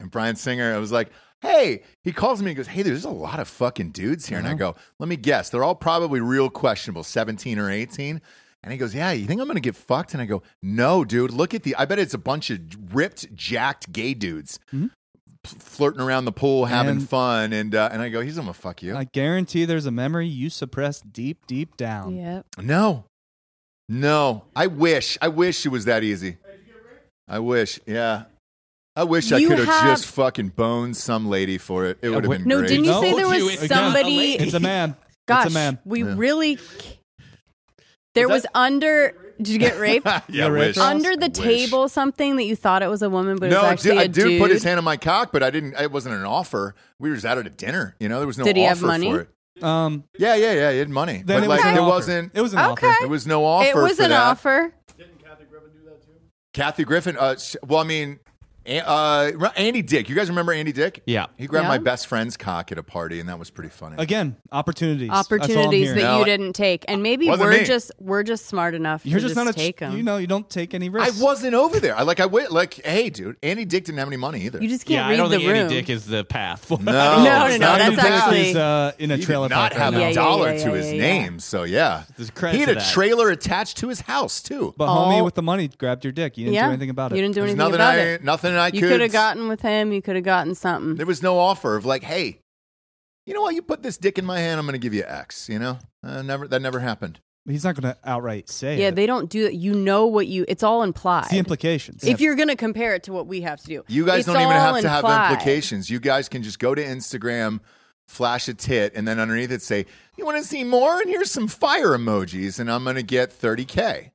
S2: and Brian Singer, I was like, "Hey," he calls me and goes, "Hey, there's a lot of fucking dudes here," and I go, "Let me guess, they're all probably real questionable, seventeen or 18. And he goes, "Yeah, you think I'm gonna get fucked?" And I go, "No, dude, look at the. I bet it's a bunch of ripped, jacked gay dudes." p- Flirting around the pool, having
S5: And-
S2: fun, and uh, and I go, he's gonna fuck you.
S5: I guarantee there's a memory you suppressed deep, deep down.
S3: yeah.
S2: No. No. I wish. I wish it was that easy. I wish. Yeah. I wish I
S3: You
S2: could have,
S3: have-
S2: just fucking boned some lady for it. It would have
S4: wait-
S2: been
S3: No,
S2: great.
S3: didn't you
S5: No,
S3: say there
S4: you-
S3: was
S4: again,
S3: somebody
S4: a lady.
S5: It's a man.
S3: Gosh,
S5: it's a man.
S3: we
S2: Yeah.
S3: really There was under did you get raped?
S2: yeah, I
S5: The
S2: wish.
S5: Raptors?
S3: under the
S2: I wish.
S3: table something that you thought it was a woman but it
S2: no,
S3: was
S2: I
S3: actually
S2: did, I
S3: a dude.
S2: did put his hand on my cock, but I didn't. It wasn't an offer. We were just out at a dinner. You know, there was no
S3: Did
S2: offer
S3: he have money?
S2: for it.
S5: Um,
S2: Yeah, yeah, yeah. He had money,
S5: then
S2: but
S5: it
S2: like
S5: was an
S2: there
S5: offer.
S2: wasn't.
S5: It was an
S3: Okay.
S5: offer.
S2: There was no offer.
S3: it was
S2: for
S3: an
S2: that.
S3: offer.
S2: Kathy Griffin. Uh, sh- well, I mean, A- uh, re- Andy Dick. You guys remember Andy Dick?
S4: Yeah.
S2: He grabbed
S3: Yeah.
S2: my best friend's cock at a party, and that was pretty funny.
S5: Again, opportunities. That's all I'm
S3: opportunities
S5: hearing.
S3: that
S2: No, I-
S3: you didn't take, and maybe
S2: Wasn't
S3: we're
S2: me.
S3: just we're just smart enough
S5: You're
S3: to
S5: just, not a
S3: take them.
S5: You know, you don't take any
S2: I
S5: risks.
S2: wasn't over there. I like. I went like, hey, dude. Andy Dick didn't have any money either.
S3: you just
S4: Yeah,
S3: can't
S4: I
S3: read
S4: don't
S3: the
S4: think
S3: room.
S4: any dick is the path.
S2: no,
S3: no, no,
S2: it's
S3: no,
S2: not
S3: that's
S2: even bad.
S3: actually-
S5: He's uh, in a
S2: He
S5: trailer
S2: did not
S5: park right
S2: have
S5: now.
S3: Yeah,
S2: a
S3: yeah,
S2: dollar
S3: yeah,
S2: to
S3: yeah,
S2: his
S3: yeah.
S2: name. So yeah,
S4: There's credit
S2: he had
S4: to
S2: a
S4: that.
S2: trailer attached to his house too.
S5: But
S3: All-
S5: homie with the money grabbed your dick. You didn't
S3: yeah,
S5: do anything about it.
S3: You didn't do
S2: There's
S3: anything
S2: nothing
S3: about
S2: I
S3: it.
S2: nothing I
S3: You
S2: could
S3: could have gotten with him. You could have gotten something.
S2: There was no offer of like, hey, you know what? You put this dick in my hand, I'm going to give you X. You know, uh, never that never happened.
S5: He's not going to outright say
S3: yeah,
S5: it.
S3: they don't do it. You know what you? It's all implied.
S5: It's the implications.
S3: if you're going to compare it to what we have to do,
S2: You guys
S3: it's
S2: don't even
S3: all
S2: have to have
S3: implied.
S2: implications. You guys can just go to Instagram, flash a tit, and then underneath it say, "You want to see more? And here's some fire emojis." And I'm going to get 30k.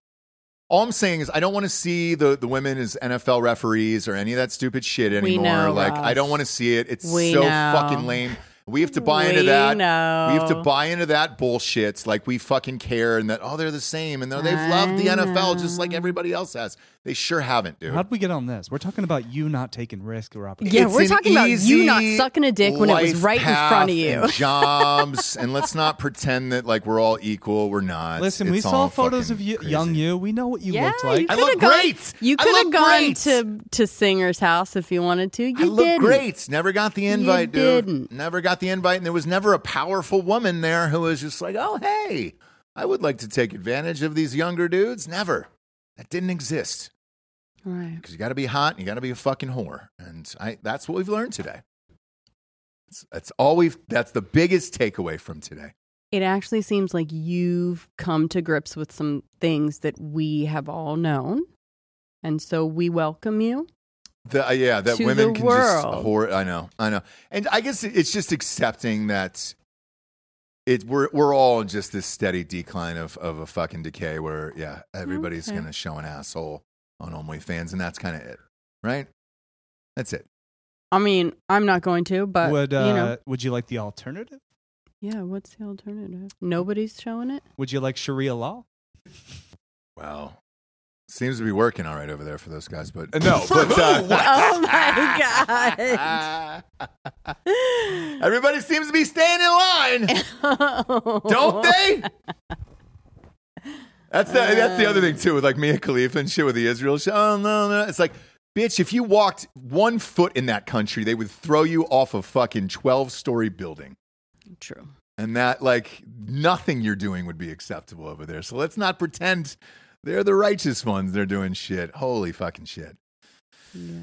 S2: All I'm saying is, I don't want to see the, the women as NFL referees or any of that stupid shit anymore.
S3: know,
S2: like, I
S3: Ross.
S2: don't want to see it. It's
S3: We
S2: so
S3: know.
S2: fucking lame. We have to buy into
S3: We
S2: that.
S3: know.
S2: We have to buy into that bullshit. It's Like we fucking care, and that oh, they're the same, and they're, they've
S3: I
S2: loved the NFL
S3: know.
S2: just like everybody else has. They sure haven't, dude.
S5: How'd we get on this? We're talking about you not taking risk or opportunity.
S3: Yeah,
S2: It's
S3: we're
S2: an
S3: talking about you not
S2: easy
S3: sucking a dick when it was
S2: life
S3: right in front
S2: path
S3: of you.
S2: and jobs, and let's not pretend that like we're all equal. We're not.
S5: Listen, we
S2: It's
S5: saw
S2: all
S5: photos
S2: fucking
S5: of you,
S2: crazy.
S5: young you. We know what you
S3: Yeah,
S5: looked like.
S3: you
S2: I
S3: coulda
S2: look
S3: gone-
S2: great.
S3: You
S2: I
S3: could have
S2: look
S3: gone
S2: great.
S3: to to Singer's house if you wanted to. You
S2: I look
S3: didn't.
S2: great. Never got the invite, dude.
S3: didn't.
S2: Never got the invite, and there was never a powerful woman there who was just like, "Oh, hey, I would like to take advantage of these younger dudes." Never. That didn't exist
S3: Right.
S2: because you got to be hot and you got to be a fucking whore, and I, that's what we've learned today. That's, that's all we've. That's the biggest takeaway from today.
S3: It actually seems like you've come to grips with some things that we have all known. And so we welcome you.
S2: The, uh, yeah, that
S3: to
S2: women
S3: the
S2: can just
S3: world.
S2: horror. I know, I know, and I guess it- it's just accepting that it we're we're all in just this steady decline of of a fucking decay where yeah everybody's
S3: Okay.
S2: gonna show an asshole on OnlyFans and that's kind of it, right? That's it.
S3: I mean, I'm not going to, but
S5: would uh,
S3: you know,
S5: would you like the alternative?
S3: yeah. What's the alternative? Nobody's showing it.
S5: Would you like Sharia law?
S2: Wow, seems to be working all right over there for those guys, but no, but
S3: Oh my
S2: uh, everybody seems to be staying in line.
S3: Oh god!
S2: don't they? That's the, that's the other thing too with like Mia Khalifa and shit with the Israel shit. Oh no, no, it's like, bitch, if you walked one foot in that country, they would throw you off a fucking twelve story building,
S3: True.
S2: and that like nothing you're doing would be acceptable over there. So let's not pretend they're the righteous ones. They're doing shit. Holy fucking shit.
S3: Yeah.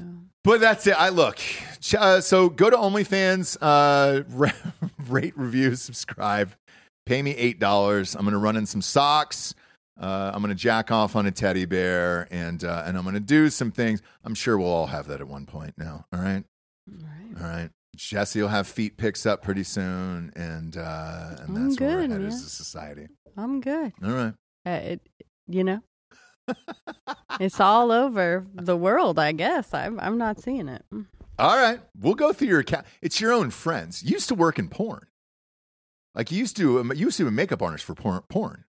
S2: But that's it. I look. Ch- Uh, so go to OnlyFans, uh, ra- rate, review, subscribe, pay me eight dollars. I'm gonna run in some socks. Uh, I'm gonna jack off on a teddy bear, and uh, and I'm gonna do some things. I'm sure we'll all have that at one point now. All right,
S3: Right.
S2: all right. Jesse will have feet picks up pretty soon, and uh, and
S3: I'm
S2: that's where we're
S3: good,
S2: headed
S3: man.
S2: as a society.
S3: I'm good.
S2: All right.
S3: Uh, it, you know, it's all over the world. I guess I'm. I'm not seeing it.
S2: All right, we'll go through your account. It's your own friends. You used to work in porn. Like you used to, um, you used to be makeup artist for porn. porn.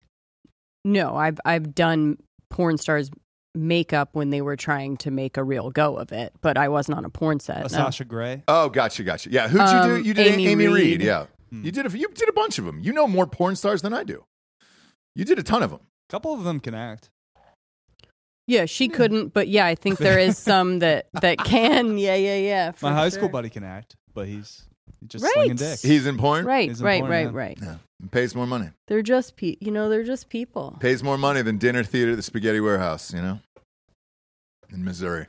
S3: No, I've I've done porn stars makeup when they were trying to make a real go of it, but I wasn't on a porn set.
S5: A
S3: Uh, no.
S5: Sasha Grey?
S2: Oh, gotcha, gotcha. Yeah, who'd you
S3: Um,
S2: do? You did Amy,
S3: Amy
S2: Reed.
S3: Reed.
S2: Yeah,
S5: Hmm.
S2: you did. A, you did a bunch of them. You know more porn stars than I do. You did a ton of them.
S5: A couple of them can act.
S3: Yeah, she couldn't, but yeah, I think there is some that that can. Yeah, yeah, yeah. for
S5: My high school
S3: sure.
S5: buddy can act, but he's he's just
S3: Right.
S5: slinging dick.
S2: He's in porn.
S3: Right,
S5: Is
S3: right, right,
S5: important,
S3: right.
S2: Yeah, and pays more money.
S3: They're just pe- you know, they're just people.
S2: Pays more money than dinner theater at the Spaghetti Warehouse. You know, in Missouri.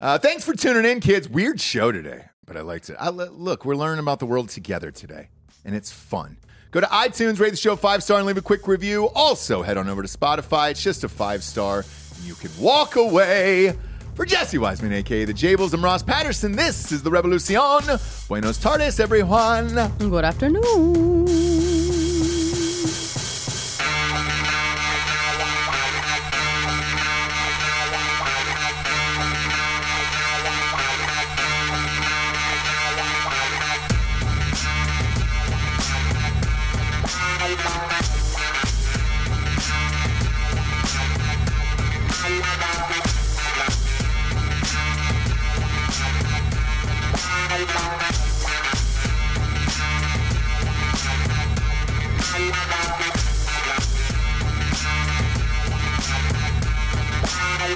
S2: Uh, thanks for tuning in, kids. Weird show today, but I liked it. I, li- look, we're learning about the world together today, and it's fun. Go to iTunes, rate the show five star, and leave a quick review. Also, head on over to Spotify. It's just a five star, and you can walk away. For Jesse Wiseman, aka the Jables, and Ross Patterson, this is the Revolucion. Buenos tardes, everyone.
S3: Good afternoon.
S6: Thank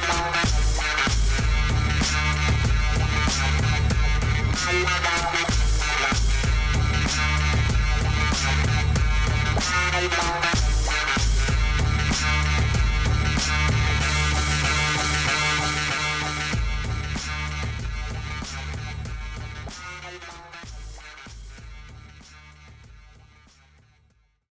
S1: Bye.